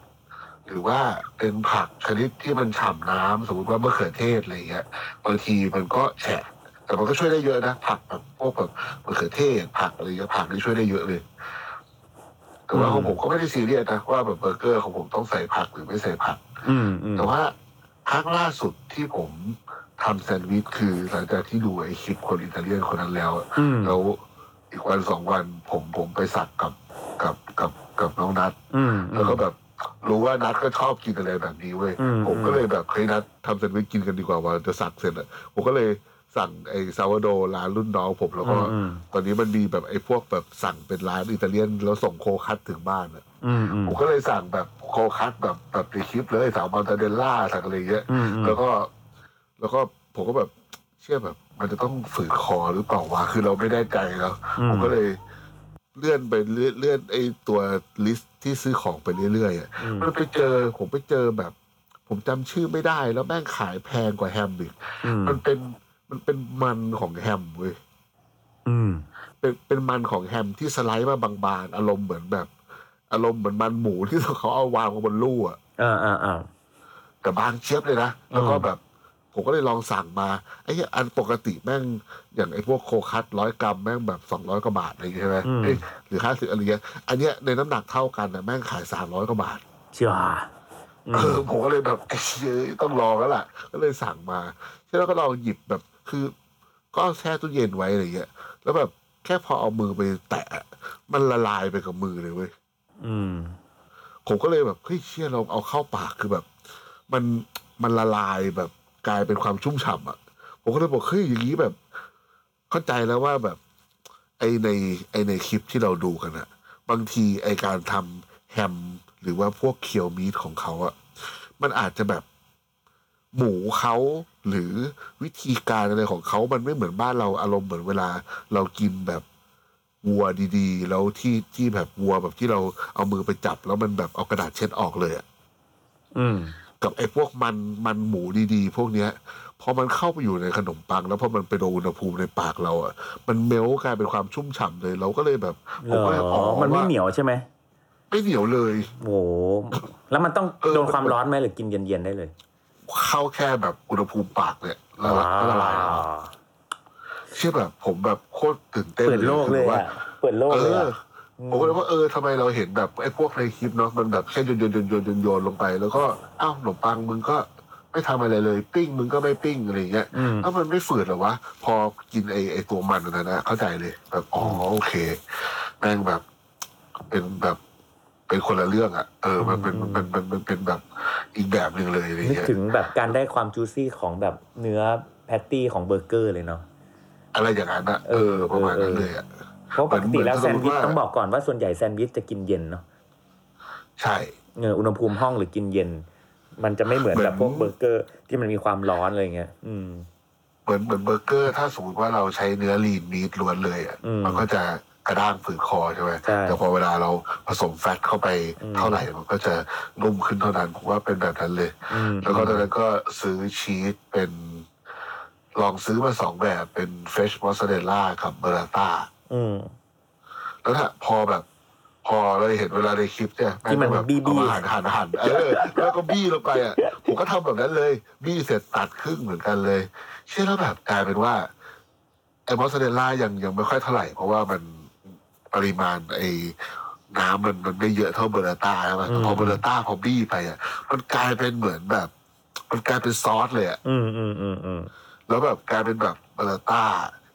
Speaker 4: หรือว่าเป็นผักชนิดที่มันฉ่ำน้ำสมมติว่ามะเขือเทศอะไรอย่างเงี้ยบางทีมันก็แฉะแต่มันก็ช่วยได้เยอะนะผักแบบพวกแบบมะเขือเทศผักอะไรเงี้ยผักนี่ช่วยได้เยอะเลย แต่ว่าข
Speaker 3: อืม
Speaker 4: องผมก็ไม่ได้ซีเรียสนะว่าแบบเบอร์เกอร์ของผมต้องใส่ผักหรือไม่ใส่ผัก
Speaker 3: อืมอืม
Speaker 4: แต่ว่าครั้งล่าสุดที่ผมทำแซนด์วิชคือหลังจากที่ดูไอคลิปคนอิตาเลียนคนนั้นแล้วอะ
Speaker 3: อืม
Speaker 4: แล้วอีกวันสองวันผมผมไปสักกับกับกับกับน้องนัด
Speaker 3: อืม
Speaker 4: แล้วก็แบบรู้ว่านัดก็ชอบกินอะไรแบบนี้เว้ย
Speaker 3: อืม
Speaker 4: ผมก็เลยแบบเคยนัดทำแซนด์วิชกินกันดีกว่าว่าจะสักเสร็จอะผมก็เลยสั่งไอ้ซาวโดร้านรุ่นน้องผมแล้วก็
Speaker 3: อืม
Speaker 4: ตอนนี้มันมีแบบไอ้พวกแบบสั่งเป็นร้านอิตาเลียนแล้วส่งโคคัตถึงบ้านอะ
Speaker 3: อืมอืม
Speaker 4: ผมก็เลยสั่งแบบโคคัตแบบแบบในคลิปเลยสั่งมอนตาเดลล่าสั่งอะไรเงี้ย
Speaker 3: อืมอืม
Speaker 4: แล้วก็แล้วก็ผมก็แบบเชื่อแบบ มันจะต้องฝืนคอหรือเปล่าวะคือเราไม่แน่ใจแล้ว
Speaker 3: อื
Speaker 4: ผม มก็เลยเลื่อนไปเลื่อนเลื่อนไอ้ตัวลิสต์ที่ซื้อของไปเรื่อยๆอะ
Speaker 3: อืม
Speaker 4: มันไปเจอผมไปเจอแบบ ผมจำชื่อไม่ได้ แล้วแม่งขายแพงกว่าแฮมอีก
Speaker 3: อืม
Speaker 4: มันเป็นมันเป็นมันของแฮมเว้ย
Speaker 3: อืม
Speaker 4: เป็นเป็นมันของแฮมที่สไลด์มาบางๆอารมณ์เหมือนแบบ อารมณ์เหมือนมันหมูที่ เขาเอาวางไว้บนลู่อะ
Speaker 3: อ่าอ่าอ่า
Speaker 4: แต่บางเชียบเลยนะ แล้วก็
Speaker 3: อืม
Speaker 4: แบบ ผมก็เลยลองสั่งมาไอ้เหี้ยอันปกติแม่ง อย่างไอ้พวกโคคัสร้อยกรัมแม่งแบบสองร้อยกว่าบาทอะไรอย่างเงี้ยใช่ไหมเอ้ยหรือห้าสิบอะไรเงี้ยอันเนี้ยในน้ำหนักเท่ากันนะแม่งขายสามร้อยกว่าบาท
Speaker 3: เชื่อ
Speaker 4: เออผมก็เลยแบบไอ้เชี่ยต้องลองแล้วล่ะ ก็เลยสั่งมาใช่แล้วก็ลองหยิบแบบคือ ก็แช่ตู้เย็นไว้อะไรเงี้ยแล้วแบบแค่พอเอามือไปแตะ มันละลายไปกับมือเลยเว้ย
Speaker 3: อืม
Speaker 4: ผมก็เลยแบบเฮ้ยเชี่ยเราเอาเข้าปากคือแบบ มันมันละลายแบบกลายเป็นความชุ่มฉ่ำอ่ะ ผมก็เลยบอกเฮ้ยอย่างนี้แบบ เข้าใจแล้วว่าแบบ ไอในไอในคลิปที่เราดูกันอะบางทีไอการทำแฮม หรือว่าพวกเคียวมีทของเขาอะมันอาจจะแบบหมูเขาหรือวิธีการอะไรของเขา มันไม่เหมือนบ้านเราอารมณ์เหมือนเวลา เรากินแบบวัวดีๆ แล้วที่ที่แบบวัวแบบที่เราเอามือไปจับ แล้วมันแบบเอากระดาษเช็ดออกเลยอะ
Speaker 3: อืม
Speaker 4: กับไอ้พวกมันมันหมูดีๆ พวกเนี้ยพอมันเข้าไปอยู่ในขนมปัง แล้วพอมันไปโดนอุณหภูมิในปากเราอ่ะมันเมลต์กลายเป็นความชุ่มฉ่ำเลย เราก็เลยแบบ
Speaker 3: เห
Speaker 4: ผ
Speaker 3: ร
Speaker 4: มก็เลยอ๋
Speaker 3: อ
Speaker 4: อ
Speaker 3: มันไม่
Speaker 4: ว่า
Speaker 3: เหนียวใช่ไหม
Speaker 4: ไม่เหนียวเลย
Speaker 3: โห แล้วมันต้อง
Speaker 4: เออ
Speaker 3: โดนความร้อนไหมหรือกินเย็นๆได้เลย
Speaker 4: เข้าแค่แบบอุณหภูมิปากเนี่ยละลายละลายแล้วอะเชื่อแบบผมแบบโคตรตื่นเต้น
Speaker 3: เปิดโลกเลย
Speaker 4: คือว่า
Speaker 3: อ่ะเปิดโลก
Speaker 4: เอ
Speaker 3: เลย
Speaker 4: อ
Speaker 3: อะ
Speaker 4: ผมก็เลยว่าเออทำไมเราเห็นแบบไอ้พวกในคลิปเนาะมันแบบแค่โยนโยนโยนโยนโยนโยนลงไป แล้วก็อ้าวขนมปังมึงก็ไม่ทำอะไรเลย ปิ้งมึงก็ไม่ปิ้งอะไรอย่างเงี้ย
Speaker 3: อืม
Speaker 4: ถ้ามันไม่ฝืดเหรอวะพอกินไอ้ไอ้ตัวมันอันนั้นนะเข้าใจเลยแบบอ๋อโอเคแม่งแบบ เป็นแบบเป็นคนละเรื่องอะเออ มันเป็นมันเป็นมันเป็นแบบอีกแบบหนึ่งเลยอะไรอย่าง
Speaker 3: นึก
Speaker 4: เงี้ย
Speaker 3: ถึงแบบการได้ความจูซี่ของแบบเนื้อแพตตี้ของเบอร์เกอร์เลยเนาะ
Speaker 4: อะไรอย่างนั้นอะเออ ประมาณนั้นเลยอะ
Speaker 3: เพราะปกติแล้ว
Speaker 4: เหมื
Speaker 3: แซ
Speaker 4: อน
Speaker 3: น
Speaker 4: เห
Speaker 3: ด์
Speaker 4: มื
Speaker 3: วิ
Speaker 4: อนสมมุติว่า
Speaker 3: ชต้องบอกก่อนว่าส่วนใหญ่แซนด์วิชจะกินเย็นเนาะ
Speaker 4: ใช่
Speaker 3: เอออุณหภูมิห้องหรือกินเย็น มันจะไม่เหมือน
Speaker 4: เหมือน
Speaker 3: แบบพวกเบอร์เกอร์ที่มันมีความร้อนอะไรเงี้ยอืม
Speaker 4: เหมือนเหมือนเบอร์เกอร์ถ้าสมมติว่าเราใช้เนื้อลีนมีดล้วนเลยอ่ะ
Speaker 3: อืม
Speaker 4: มันก็จะกระด้างฝืดคอใช่ไหม
Speaker 3: ใช่
Speaker 4: แต่พอเวลาเราผสมแฟตเข้าไป
Speaker 3: อืม
Speaker 4: เท่าไหร่มันก็จะนุ่มขึ้นเท่านั้นผมว่าเป็นแบบนั้นเลย
Speaker 3: อืม
Speaker 4: แล้วก็ตอนนั้นก็ซื้อชีสเป็น ลองซื้อมาสองแบบเป็นเฟรชมอสซาเรลล่ากับเบอร์ต้า
Speaker 3: อืม
Speaker 4: แล้วถ้าพอแบบ พอเราเห็นเวลาในคลิปเนี่ย
Speaker 3: ที่มัน
Speaker 4: แบบ
Speaker 3: บี้ๆ
Speaker 4: เอามาหั่นหั่นหั่นเออแล้วก็บี้ลงไปอ่ะผมก็ทำแบบนั้นเลย บี้เสร็จตัดครึ่งเหมือนกันเลย เชื่อแล้วแบบกลายเป็นว่าไอ้มอสซาเรลล่ายังยังไม่ค่อยเท่าไหร่ เพราะว่ามันปริมาณไอ้น้ำมันมันไม่เยอะเท่าเบอร์นาต้าใช่ไหม
Speaker 3: อืม
Speaker 4: พอเบอร์นาต้าพอบี้ไปอ่ะมันกลายเป็นเหมือนแบบ มันกลายเป็นซอสเลยอ่ะ
Speaker 3: อืมอืมอืมอืม
Speaker 4: แล้วแบบกลายเป็นแบบเบอร์นาต้า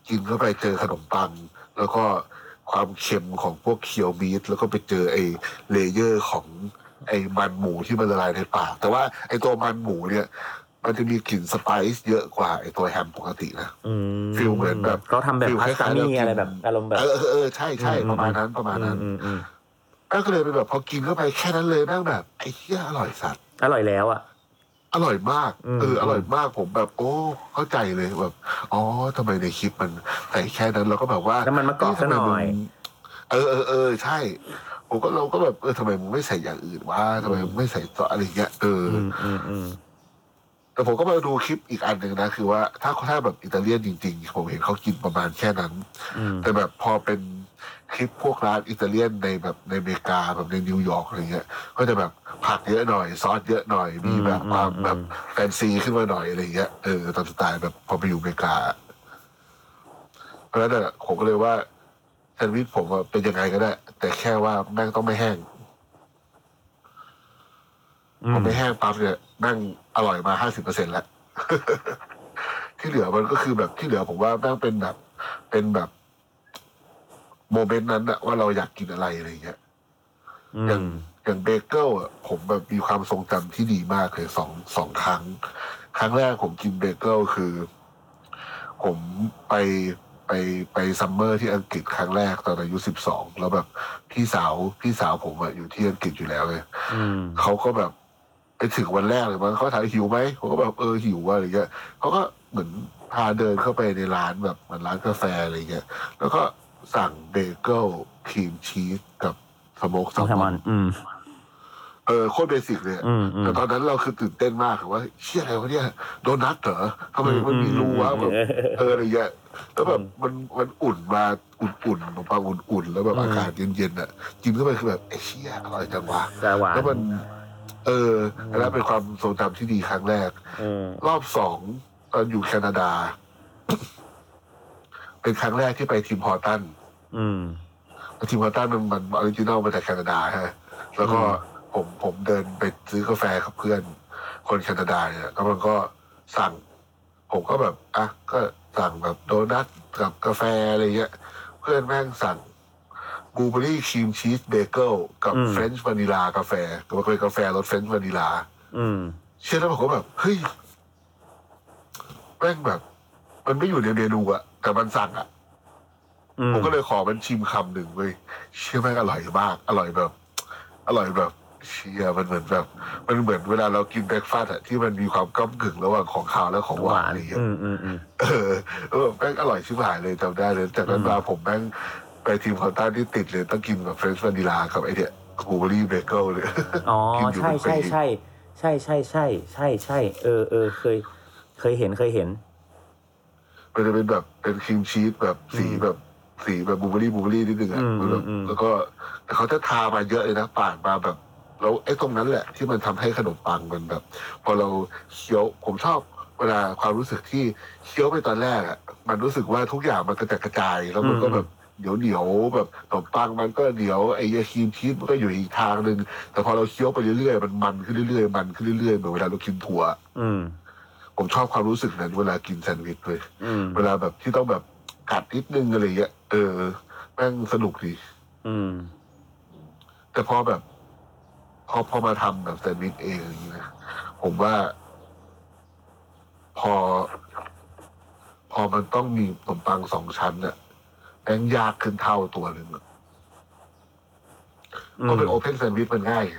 Speaker 4: กินเข้าไปเจอขนมปัง แล้วก็ความเค็มของพวกเคียวบีทแล้วก็ไปเจอไอ้เลเยอร์ของไอ้มันหมูที่มันละลายในปากแต่ว่าไอ้ตัวมันหมูเนี่ย มันจะมีกลิ่นสไปซ์เยอะกว่าไอ้ตัวแฮมปกตินะ
Speaker 3: อืม
Speaker 4: ฟิลเหมือนแบบ
Speaker 3: เขาทำแบบ
Speaker 4: ฟิล
Speaker 3: พา
Speaker 4: ค
Speaker 3: ส
Speaker 4: ล้ายๆ
Speaker 3: ต้า
Speaker 4: เรา
Speaker 3: มี
Speaker 4: กิน
Speaker 3: อะไรแบบอารมณ์แบบ
Speaker 4: เออเออเออใช่ใช่ประมาณนั้นประมาณนั้น
Speaker 3: อืมอืมอืม
Speaker 4: แล้วก็เลยเป็นแบบพอกินเข้าไปแค่นั้นเลยแม่งแบบไอ้เหี้ยอร่อยสัตว์
Speaker 3: อร่อยแล้วอ่ะ
Speaker 4: อร่อยมาก
Speaker 3: อืม
Speaker 4: เอออร่อยมากผมแบบ โอ้เข้าใจเลยแบบอ๋อทำไมในคลิปมันแต่แค่นั้นเราก็แบบว่า
Speaker 3: แล้วมันมากรอบ
Speaker 4: เะ
Speaker 3: ซะ
Speaker 4: ทำ
Speaker 3: ห
Speaker 4: ไม
Speaker 3: น่
Speaker 4: มึง
Speaker 3: อย
Speaker 4: เออเออเออใช่ผมก็เราก็แบบเออทำไมมึงไม่ใส่อย่างอื่นวะทำไมมึงไม่ใส่ซอสอะไรเงี้ยเอออ
Speaker 3: อืมอืมอืม
Speaker 4: แต่ผมก็มาดูคลิปอีกอันหนึ่งนะ คือว่าถ้าถ้าแบบอิตาเลียนจริง ๆ ผมเห็นเขากินประมาณแค่นั้น
Speaker 3: อืม
Speaker 4: แต่แบบพอเป็นคลิปพวกร้านอิตาเลียนในแบบในอเมริกาแบบในนิวยอร์กอะไรเงี้ย ก็จะแบบผักเยอะหน่อย ซอสเยอะหน่อย มีแบบความแบบแฟนซีขึ้นมาหน่อยอะไรเงี้ยเออตามสไตล์แบบพอไปอยู่อเมริกา เพราะฉะนั้นอะผมก็เลยว่าแซนด์วิชผมอะเป็นยังไงก็ได้ แต่แค่ว่าแม่งต้องไม่แห้ง
Speaker 3: อื
Speaker 4: พอ
Speaker 3: ม
Speaker 4: ไม่แห้งปั๊บเนี่ยแม่งอร่อยมาห้าสิบเปอร์เซ็นต์แล้ว ที่เหลือมันก็คือแบบที่เหลือผมว่าแม่งเป็นแบบ เป็นแบบโมเมนต์นั้นอะว่าเราอยากกินอะไรอะไรเงี้ย
Speaker 3: อื
Speaker 4: อย่าง
Speaker 3: ม
Speaker 4: อย่างเบเกิลอะผมแบบมีความทรงจำที่ดีมากเลยสองสองครั้ง ครั้งแรกผมกินเบเกิลคือ ผมไปไปไปซัมเมอร์ที่อังกฤษครั้งแรกตอนอายุสิบสองแล้วแบบพี่สาวพี่สาวผมอะอยู่ที่อังกฤษอยู่แล้วเลย
Speaker 3: อืม
Speaker 4: เขาก็แบบไปถึงวันแรกเลยมั้งเขาถามหิวไหมผมก็แบบเออหิวว่าอะไรเงี้ยเขาก็เหมือนพาเดินเข้าไปในร้านแบบเหมือนร้านกาแฟอะไรเงี้ยแล้วก็สั่งเบเกิลครีมชีสกับสโมกแซ
Speaker 3: ต้อ
Speaker 4: ล
Speaker 3: ง
Speaker 4: ม
Speaker 3: ทำ
Speaker 4: อ
Speaker 3: มัน นอืม
Speaker 4: เออโคตรเบสิกเลยอะ
Speaker 3: อืมอืม
Speaker 4: แต่ตอนนั้นเราคือตื่นเต้นมากอะว่าเชี่ยอะไรวะเนี่ยโดนัทเหรอทำไมมันมีรูวะแบบเอออะไรเงี้ยแล้วแบบมันมันอุ่นมาอุ่นๆขนมปังอุ่นๆ แล้วแบบ
Speaker 3: อืม
Speaker 4: อากาศเย็นๆอ่ะกินเข้าไปคือแบบไอ้เชี่ยอร่อยจังวะ
Speaker 3: แต่หวาน
Speaker 4: แล้วมัน เอออันนั้นเป็นความทรงจำที่ดีครั้งแรก
Speaker 3: อืม
Speaker 4: รอบสองตอนอยู่แคนาดา เป็นครั้งแรกที่ไปทีมฮอตตัน
Speaker 3: อืม
Speaker 4: ทีมพาต้ามันมันออริจินอลมาจากแคนาดาฮะ แล้วก็
Speaker 3: อืม
Speaker 4: ผมผมเดินไปซื้อกาแฟกับเพื่อน คนแคนาดาเนี่ยแล้วมันก็สั่ง ผมก็แบบอ่ะก็สั่งแบบโดนัทกับกาแฟอะไรเงี้ย เพื่อนแม่งสั่งบลูเบอรี่ครีมชีสเบเกิลกับ
Speaker 3: อืม
Speaker 4: เฟรนช์วานิลากาแฟก็เป็นกาแฟรสเฟรนช์วานิลา
Speaker 3: อืม
Speaker 4: เชื่อแล้วผมก็แบบเฮ้ยแม่งแบบ มันไม่อยู่ในเมนูอะแต่มันสั่งอะ
Speaker 3: อื
Speaker 4: ผมก็เลยขอมันชิมคำหนึ่งเว้ยเชื่อแม่งอร่อยมาก อร่อยแบบ อร่อยแบบ เชี่ยมันเหมือนแบบ มันเหมือนเวลาเรากินเบรกฟาสต์อะที่มันมีความก้ากึ่งระหว่างของคาวและของหวาว
Speaker 3: หาน
Speaker 4: อะ
Speaker 3: น
Speaker 4: ไรอย่างเงี้ย
Speaker 3: อืมอืมอืม
Speaker 4: เออแล้วแบบแม่งอร่อยชิบหายเลยจำได้เลยจากนั้นมาผมแม่งไปทีมคอนต้าที่ติดเลยต้องกินแบบเฟรนช์วานิลากับไอเดียบลูเบอรี่เบเกิลเลย
Speaker 3: อ๋อ
Speaker 4: กินอยู่
Speaker 3: ใช่
Speaker 4: เป็
Speaker 3: ใช่
Speaker 4: นปี
Speaker 3: ใช่ใช่ใช่ใช่ใช่ใช่เออเออเคย เคยเห็นเคยเห็น
Speaker 4: มันจะเป็นแบบเป็นครีมชีสแบบสี
Speaker 3: อืม
Speaker 4: แบบสีแบบบลูเบอรี่บลูเบอรี่นิดนึงอ่ะ
Speaker 3: อืม
Speaker 4: มันแบบ
Speaker 3: อืมอืม
Speaker 4: แล้วก็แต่เขาจะทามาเยอะเลยนะปาดมาแบบ แล้วไอ้ตรงนั้นแหละที่มันทำให้ขนมปังมันแบบ พอเราเคี้ยวผมชอบเวลาความรู้สึกที่เคี้ยวไปตอนแรกอะมันรู้สึกว่าทุกอย่างมันกระจัดกระจาย แล้วมันก็
Speaker 3: อืม
Speaker 4: แบบเดี๋ยวเดี๋ยวๆแบบขนมปังมันก็เดี๋ยวไอ้ยาครีมชีสมันก็อยู่อีกทางหนึ่งแต่พอเราเคี้ยวไปเรื่อยๆมันมันขึ้นเรื่อยๆมันขึ้นเรื่อยๆเหมือนเวลาเรากินถั่ว
Speaker 3: อืม
Speaker 4: ผมชอบความรู้สึกนั้นเวลากินแซนด์วิชเลย
Speaker 3: อืม
Speaker 4: เวลาแบบที่ต้องแบบกัดนิดนึงอะไรเงี้ยเออแม่งสนุกดี
Speaker 3: อืม
Speaker 4: แต่พอแบบ พอพอมาทำแบบแซนด์วิชเองอย่างนี้นะผมว่า พอ พอมันต้องมีขนมปังสองชั้นอะแม่งยากขึ้นเท่าตัวหนึ่งอะเพราะเป็นโอเพนแซนด์วิชมันง่ายไง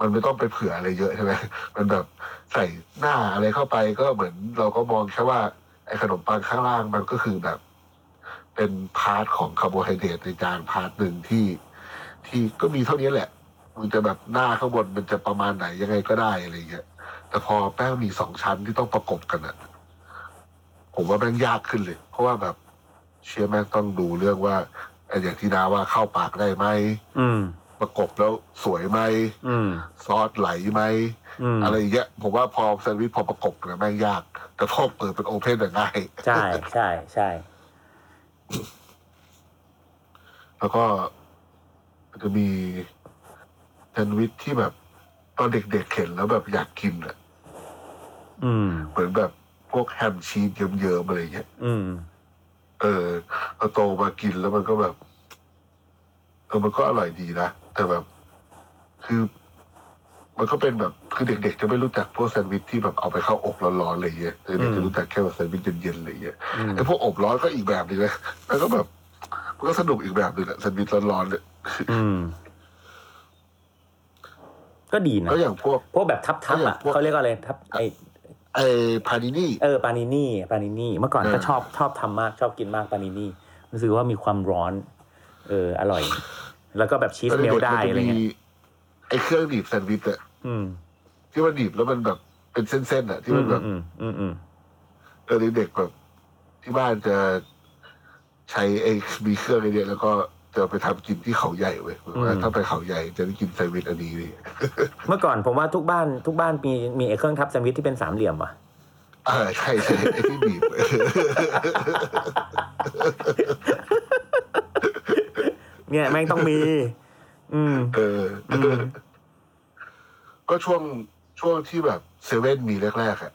Speaker 4: มันไม่ต้องไปเผื่ออะไรเยอะใช่ไหม มันแบบใส่หน้าอะไรเข้าไปก็เหมือนเราก็มองแค่ว่า ไอ้ขนมปังข้างล่างมันก็คือแบบ เป็นพาร์ทของคาร์โบไฮเดรตในจานพาร์ทหนึ่งที่ ที่ก็มีเท่านี้แหละ มันจะแบบหน้าข้างบนมันจะประมาณไหนยังไงก็ได้อะไรเงี้ย แต่พอแป้งมีสองชั้นที่ต้องประกบกันอะผมว่าแม่งยากขึ้นเลย เพราะว่าแบบเชียร์แม่งต้องดูเรื่องว่าไอ้อย่างที่นาว่าเข้าปากได้ไหม
Speaker 3: อืม
Speaker 4: ประกบแล้วสวยไหม
Speaker 3: อืม
Speaker 4: ซอสไหลไหม
Speaker 3: อืม
Speaker 4: อะไรเงี้ย ผมว่าพอแซนด์วิชพอประกบกันอะแม่งยาก แต่พอเปิดเป็นโอเพนอะง่าย
Speaker 3: ใช่ใช่ใช่
Speaker 4: แล้วก็จะมีแซนด์วิชที่แบบ ตอนเด็กๆเห็นแล้วแบบอยากกินอะ
Speaker 3: อืม
Speaker 4: เหมือนแบบพวกแฮมชีสเยิ้มๆอะไรเงี้ย
Speaker 3: อืม
Speaker 4: เออพอโตมากินแล้วมันก็แบบ เออ มันก็อร่อยดีนะ แต่แบบ คือ มันก็เป็นแบบ คือเด็กๆจะไม่รู้จักพวกแซนด์วิชที่แบบเอาไปเข้าอบร้อนๆอะไรเงี้ยเออเด็ก
Speaker 3: อืม
Speaker 4: จะรู้จักแค่ว่าแซนด์วิชเย็นๆอะไรเงี้ย
Speaker 3: อืม
Speaker 4: ไอ้พวกอบร้อนก็อีกแบบหนึงนะ แล้วก็แบบ มันก็สนุกอีกแบบหนึงแหละแซนด์วิชร้อนๆเนี่ย
Speaker 3: อืม ก็ดีนะ
Speaker 4: แล้วอย่างพวก
Speaker 3: พวกแบบทับทับๆอ่ะ
Speaker 4: พวก
Speaker 3: เขาเรียกว่าอะไรทับไอ
Speaker 4: ไอ้พานินี่
Speaker 3: เออปานินี่ปานินี่ เมื่อก่อน
Speaker 4: เออ
Speaker 3: ก็ชอบชอบทำมากชอบกินมากปานินี่รู้สึกว่ามีความร้อน เออ อร่อย แล้วก็แบบชีส
Speaker 4: ตอน
Speaker 3: เม
Speaker 4: เด็
Speaker 3: ล
Speaker 4: กๆ
Speaker 3: ได้
Speaker 4: มัน
Speaker 3: อะ
Speaker 4: จะ
Speaker 3: ไร
Speaker 4: มี
Speaker 3: เงี้ย
Speaker 4: ไอ้เครื่องหนีบแซนด์วิชอะ
Speaker 3: อืม
Speaker 4: ที่มันหนีบแล้วมันแบบเป็นเส้นๆอะที่
Speaker 3: อื
Speaker 4: มั
Speaker 3: ม
Speaker 4: นแบบ
Speaker 3: อืมอืมอืม
Speaker 4: เออเด็กๆแบบที่บ้านจะใช้ไอ้มีเครื่องไอเดียแล้วก็จะไปทำกินที่เขาใหญ่เว้ยแบบว่าถ้าไปเขาใหญ่จะได้กินไซวิชอันนี้นี่
Speaker 3: เมื่อก่อนผมว่าทุกบ้านทุกบ้านมีมีไอเครื่องทับแซนด์วิชที่เป็นสามเหลี่ยมอ่ะ
Speaker 4: อ่าใช่ใช่ไอ้ที่บีบ
Speaker 3: เนี่ยแม่งต้องมี อืม
Speaker 4: เอออ
Speaker 3: ม
Speaker 4: ก็ช่วงช่วงที่แบบเซเว่นมีแรกๆอะ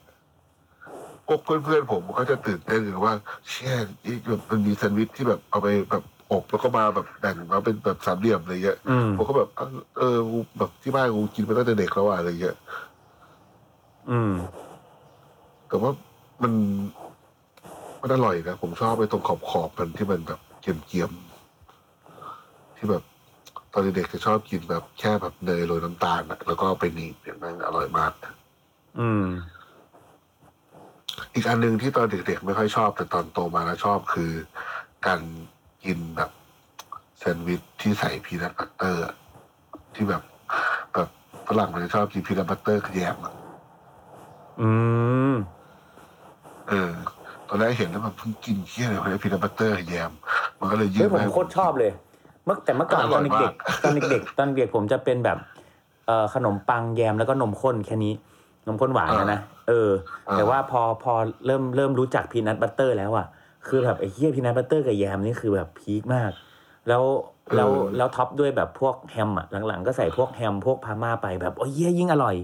Speaker 4: พวกเพื่อนๆผมก็จะตื่นเต้นหรือว่า เชี่ยนี่แบบมันมีแซนด์วิชที่แบบเอาไปแบบอบแล้วก็มาแบบแบ่งมาเป็นแบบสามเหลี่ยมอะไรเงี้ย
Speaker 3: อืม
Speaker 4: ผมก็แบบเอ้าเออกูแบบที่บ้านกูกินมาตั้งแต่เด็กแล้วอะอะไรเงี้ย
Speaker 3: อืม
Speaker 4: แต่ว่ามันมันอร่อยนะ ผมชอบไปตรงขอบขอบๆมันที่มันแบบเกียมๆที่แบบ ตอนเด็กๆจะชอบกินแบบแค่แบบเนยโรยน้ำตาลอะแล้วก็เอาไปหนีบเนี่ยแมันอร่อยมาก
Speaker 3: อืม
Speaker 4: อีกอันหนึ่งที่ตอนเด็กๆไม่ค่อยชอบ แต่ตอนโตมาแล้วชอบคือ การกินแบบแซนด์วิชที่ใส่พีนัทบัตเตอร์อะที่แบบ แบบฝรั่งมันจะชอบกินพีนัทบัตเตอร์กับแยมอะ
Speaker 3: อืม
Speaker 4: เออตอนแรกเห็นแล้วแบบเพิ่งกินเที่ยอะไรวะเลยพีนัทบัตเตอร์แยม มันก็เลยยื่
Speaker 3: เฮ้
Speaker 4: น
Speaker 3: ยผ
Speaker 4: มา
Speaker 3: มโคตรชอบเลย เมื่อแต่เมื่อก่อ
Speaker 4: อ
Speaker 3: นต
Speaker 4: ร่
Speaker 3: อ
Speaker 4: อน ย
Speaker 3: เด็กๆตอนเด็กๆตอนเด็กผมจะเป็นแบบเอ่อขนมปังแยมแล้วก็นมข้นแค่นี้ นมข้นหวานนะนะเออ
Speaker 4: อ่า
Speaker 3: แต่ว่าพอพอเริ่มเริ่มรู้จักพีนัทบัตเตอร์แล้วอ่ะคือแบบไอ้เหี้ยพีนัทบัตเตอร์กับแยมนี่คือแบบพีคมาก แล้วแล้วแล้วท็อปด้วยแบบพวกแฮมอ่ะหลังๆ ก็ใส่พวกแฮมพวกพาม่าไปแบบโอ้ยเหี้ยยิ่งอร่อย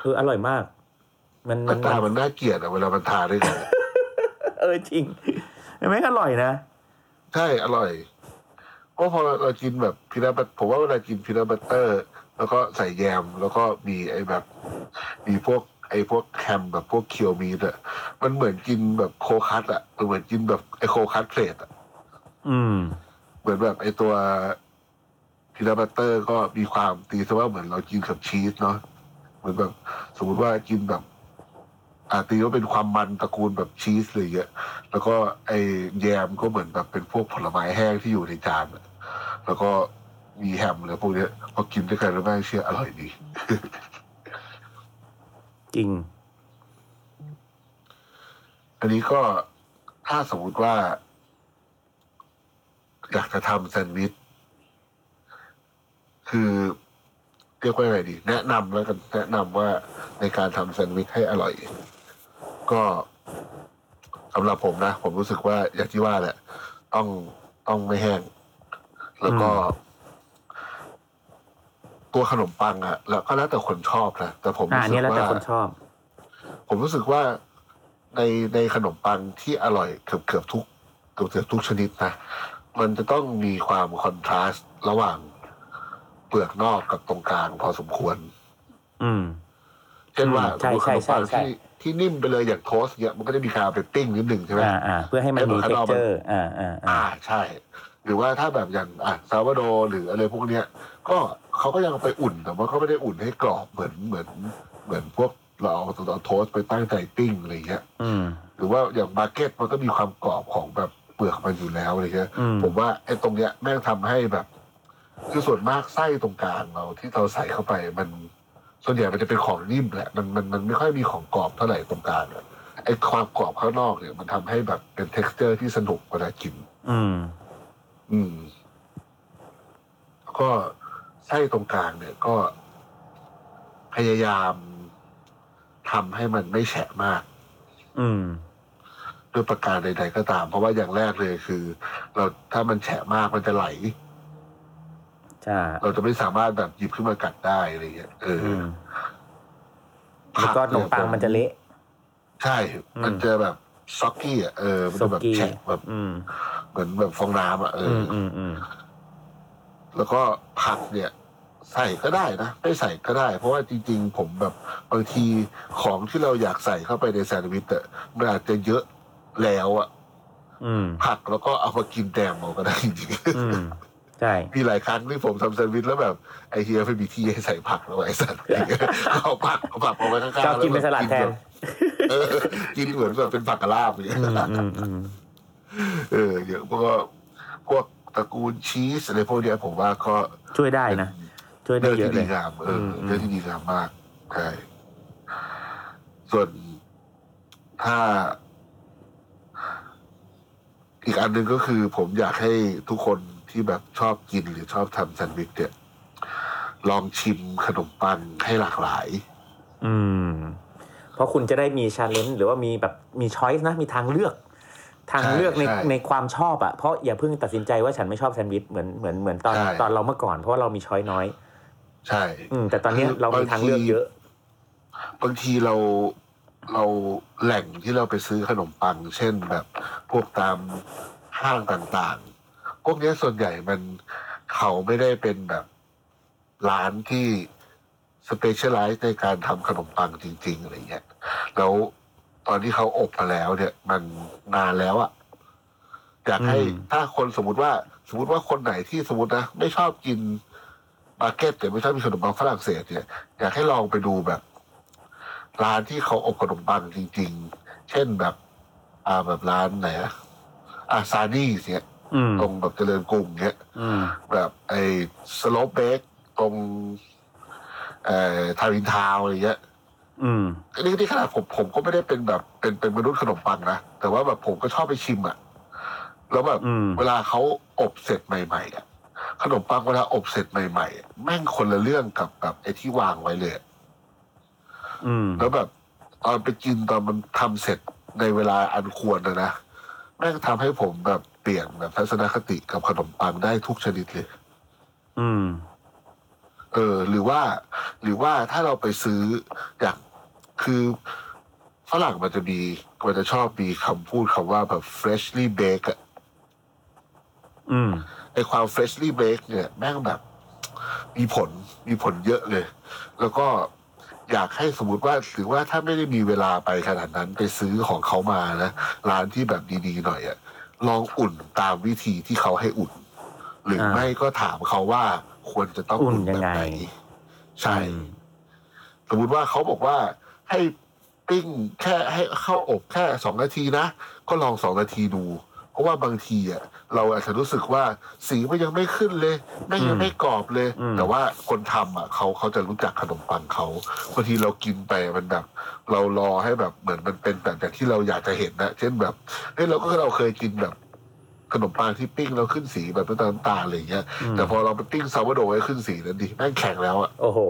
Speaker 3: คืออร่อยมาก มัน
Speaker 4: มั
Speaker 3: มัน น
Speaker 4: ตามันน่าเกลียดอะเวลามันทาด้วยกัน
Speaker 3: เออจริงแม่งอร่อยนะ
Speaker 4: ใช่อร่อยเพราะพอเรากินแบบพีนัทบัตผมว่าเวลากินพีนัทบัตเตอร์ แล้วก็ใส่แยม แล้วก็มีไอ้แบบ มีพวก ไอ้พวกแฮมแบบพวกเคียวมีดอะมันเหมือนกินแบบโคคัสอะเหมือนกินแบบไอ้โคคัสเพลทอะ
Speaker 3: อืม
Speaker 4: เหมือนแบบไอ้ตัวพีนัทบัตเตอร์ก็มีความตีซะว่าเหมือนเรากินกับชีสเนาะเหมือนแบบ สมมติว่ากินแบบ อาตีว่าเป็นความมันตระกูลแบบชีสเลยเยอะ แล้วก็ไอแยมก็เหมือนแบบเป็นพวกผลไม้แห้งที่อยู่ในจานอะแล้วก็มีแฮมอะไรพวกเนี้ยพอกินด้วยกันแล้วแม่งเชื่ออร่อยดี
Speaker 3: จริง
Speaker 4: อันนี้ก็ถ้าสมมติว่า อยากจะทำแซนด์วิช คือ เรียกว่าอะไรดี แนะนำแล้วกันแนะนำว่าในการทำแซนด์วิชให้อร่อย ก็สำหรับผมนะ ผมรู้สึกว่าอย่างที่ว่าแหละ ต้องต้องไม่แห้ง แล้วก็ ตัวขนมปังอะแล้วก็แล้วแต่คนชอบนะแต่ผม
Speaker 3: อ่า
Speaker 4: รู้สึ
Speaker 3: เนี่
Speaker 4: ก
Speaker 3: ยแล้วแต่
Speaker 4: ว่า
Speaker 3: คนชอบ
Speaker 4: ผมรู้สึกว่าในในขนมปังที่อร่อยเกือบเกือบทุกเกือบเกือบทุกชนิดนะ มันจะต้องมีความคอนทราสต์ระหว่างเปลือกนอกกับตรงกลางพอสมควร
Speaker 3: อืม
Speaker 4: เช่นว่า
Speaker 3: ใช่
Speaker 4: ข
Speaker 3: ใช่
Speaker 4: นมปัง
Speaker 3: ใช่ใช่
Speaker 4: ที่ที่นิ่มไปเลยอย่างโทสต์เนี่ยมันก็จะมีคาเปปิ้งนิดหนึ่งใช่ไหม
Speaker 3: อ่าอ่าเพื่อให้มันมี
Speaker 4: ให้
Speaker 3: เท็
Speaker 4: มัน
Speaker 3: กเจอร์อ่าอ่าอ่า
Speaker 4: อ่าใช่ หรือว่าถ้าแบบอย่างอ่ะซาวาโดหรืออะไรพวกเนี้ย ก็เขาก็ยังเอาไปอุ่นแต่ว่าเขาไม่ได้อุ่นให้กรอบเหมือนเหมือนเหมือนพวกเราเอาเอาโทสต์ไปตั้งใจปิ้งอะไรอย่างเงี้ย
Speaker 3: อืม
Speaker 4: หรือว่าอย่างบาเก็ตมันก็มีความกรอบของแบบเปลือกมันอยู่แล้วอะไรเงี้ย
Speaker 3: อืม
Speaker 4: ผมว่าไอ้ตรงเนี้ยแม่งทำให้แบบ คือส่วนมากไส้ตรงกลางเราที่เราใส่เข้าไปมัน ส่วนใหญ่มันจะเป็นของนิ่มแหละมันมันมันไม่ค่อยมีของกรอบเท่าไหร่ตรงกลางอะไอ้ความกรอบข้างนอกเนี่ยมันทำให้แบบเป็น t e x t อร์ที่สนุกเวลากิน
Speaker 3: อืม
Speaker 4: อืมแล้วก็ไส้ตรงกลางเนี่ยก็พยายามทำให้มันไม่แฉะมาก
Speaker 3: อืม
Speaker 4: ด้วยประการใดๆก็ตาม เพราะว่าอย่างแรกเลยคือ เราถ้ามันแฉะมากมันจะไหล
Speaker 3: ใช่
Speaker 4: เราจะไม่สามารถแบบหยิบขึ้นมากัดได้อะไรเงี้ยเออ
Speaker 3: อืม
Speaker 4: ผั
Speaker 3: แล้วก็ขนมปัง
Speaker 4: เย
Speaker 3: มันจะเละ
Speaker 4: ใช่
Speaker 3: อืม
Speaker 4: มันจะแบบซอกกี้อ่ะเออมัน
Speaker 3: สุ
Speaker 4: จะแบบ
Speaker 3: กี้
Speaker 4: แฉะแบบ
Speaker 3: อืม
Speaker 4: เหมือนแบบฟองน้ำอ่ะเอ
Speaker 3: อื
Speaker 4: อ
Speaker 3: ม
Speaker 4: อ
Speaker 3: อืมอืม
Speaker 4: แล้วก็ผักเนี่ย ใส่ก็ได้นะไม่ใส่ก็ได้ เพราะว่าจริง ๆ ผมแบบบางทีของที่เราอยากใส่เข้าไปในแซนด์วิชอะมันอาจจะเยอะแล้วอ่ะ
Speaker 3: อืม
Speaker 4: ผักแล้วก็เอามากินแดมเอาก็ได้จริงๆ
Speaker 3: อืมใช่
Speaker 4: มีหลายครั้งที่ผมทำแซนด์วิชแล้วแบบไอเฮียไม่มีที่ให้ใส่ผักแล้วไอ้สัตว์ เอาผักเอาผักเอาไว้ข้างๆ
Speaker 3: ชอบกินเป็นสลัดแทน
Speaker 4: เออกินเหมือนแบบเป็นผักกะลาบอย่างเงี้ย
Speaker 3: อืมอืมอืม
Speaker 4: เออเยอะพวกพวกตระกูลชีสอะไรพวกเนี้ยผมว่าก็
Speaker 3: ช่วยได้นะ ช่วยได้
Speaker 4: เรื่อง
Speaker 3: เยอะ
Speaker 4: ที่
Speaker 3: เล
Speaker 4: ดี
Speaker 3: ย
Speaker 4: งามเอออ
Speaker 3: มอืม
Speaker 4: เรื่องที่ดีงามมากใช่ส่วนถ้า อีกอันหนึ่งก็คือ ผมอยากให้ทุกคนที่แบบชอบกินหรือชอบทำแซนด์วิชเนี่ยลองชิมขนมปังให้หลากหลาย
Speaker 3: อืม เพราะคุณจะได้มีชาเลนจ์หรือว่ามีแบบมีช้อยส์นะ มีทางเลือก ทางเลือกใน
Speaker 4: ใช่
Speaker 3: ในความชอบอะเพราะอย่าเพิ่งตัดสินใจว่าฉันไม่ชอบแซนด์วิชเหมือนเหมือนเหมือนตอน
Speaker 4: ใช่
Speaker 3: ตอนเราเมื่อก่อนเพราะว่าเรามีช้อยน้อย
Speaker 4: ใช่
Speaker 3: อืมแต่ตอนเนี้ย
Speaker 4: คือ
Speaker 3: เรามี
Speaker 4: บาง
Speaker 3: ทางเลือก
Speaker 4: ที
Speaker 3: เยอะ
Speaker 4: บางทีเราเราแหล่งที่เราไปซื้อขนมปัง เช่นแบบพวกตามห้างต่างๆ พวกเนี้ยส่วนใหญ่มันเขาไม่ได้เป็นแบบร้านที่สเปเชียลไลซ์ในการทำขนมปังจริง ๆ อะไรเงี้ย แล้วตอนที่เขาอบมาแล้วเนี่ยมันนานแล้วอะอยากให้
Speaker 3: อืม
Speaker 4: ถ้าคนสมมติว่า สมมติว่าคนไหนที่สมมตินะ ไม่ชอบกินบาเก็ตหรือไม่ชอบกินขนมปังฝรั่งเศสเนี่ย อยากให้ลองไปดูแบบ ร้านที่เขาอบขนมปังจริง ๆ เช่นแบบ อ่าแบบร้านไหนอะอ่าซานี่เนี่ย
Speaker 3: อืม
Speaker 4: ตรงแบบเจริญกรุงเนี่ย
Speaker 3: อืม
Speaker 4: แบบไอ้สโลปเบกตรงเอ่อทาวินทาวน์อะไรเงี้ย
Speaker 3: อืม
Speaker 4: อันนี้ที่ขนาดผมผมก็ไม่ได้เป็นแบบเป็นเป็นมนุษย์ขนมปังนะ แต่ว่าแบบผมก็ชอบไปชิมอะแล้วแบบ
Speaker 3: อืม
Speaker 4: เวลาเขาอบเสร็จใหม่ๆอะขนมปังเวลาอบเสร็จใหม่ๆอะแม่งคนละเรื่องกับแบบไอ้ที่วางไว้เลยอะ
Speaker 3: อืม
Speaker 4: แล้วแบบตอนไปกินตอนมันทำเสร็จในเวลาอันควรนะนะแม่งทำให้ผมแบบเปลี่ยนแบบทัศนคติกับขนมปังได้ทุกชนิดเลย
Speaker 3: อืม
Speaker 4: เออ หรือว่า หรือว่าถ้าเราไปซื้ออย่างคือฝรั่งมันจะมีมันจะชอบมีคำพูดคำว่าแบบ freshly baked อะ
Speaker 3: อืม
Speaker 4: ไอความ freshly baked เนี่ย แม่งแบบ มีผลมีผลเยอะเลย แล้วก็อยากให้สมมติว่าหรือว่าถ้าไม่ได้มีเวลาไปขนาดนั้นไปซื้อของเขามานะร้านที่แบบดีๆหน่อยอะลองอุ่นตามวิธีที่เขาให้อุ่น หรืออา ไม่ก็ถามเขาว่าควรจะต้องอุ่น
Speaker 3: อุ่นยั
Speaker 4: แบบ
Speaker 3: งไง
Speaker 4: ไหนใช่
Speaker 3: อืม
Speaker 4: สมมติว่าเขาบอกว่าให้ปิ้งแค่ให้เข้าอบแค่สองนาทีนะ ก็ลองสองนาทีดู เพราะว่าบางทีอ่ะเราอาจจะรู้สึกว่าสีมันยังไม่ขึ้นเลยแม่งยังไม่กรอบเลย แต่ว่าคนทำอ่ะเขาเขาจะรู้จักขนมปังเขาบางทีเรากินไปมันแบบ เรารอให้แบบเหมือนมันเป็นแบบอย่างที่เราอยากจะเห็นนะเช่นแบบเฮ้ยเราก็เราเคยกินแบบ ขนมปังที่ปิ้งแล้วขึ้นสีแบบน้ำตาลน้ำตาลอะไรอย่างเงี้ยแต่พอเราไปปิ้งซาวโดให้ขึ้นสีนั้นดิแม่งแข็งแล้วอะ
Speaker 3: โอ้โห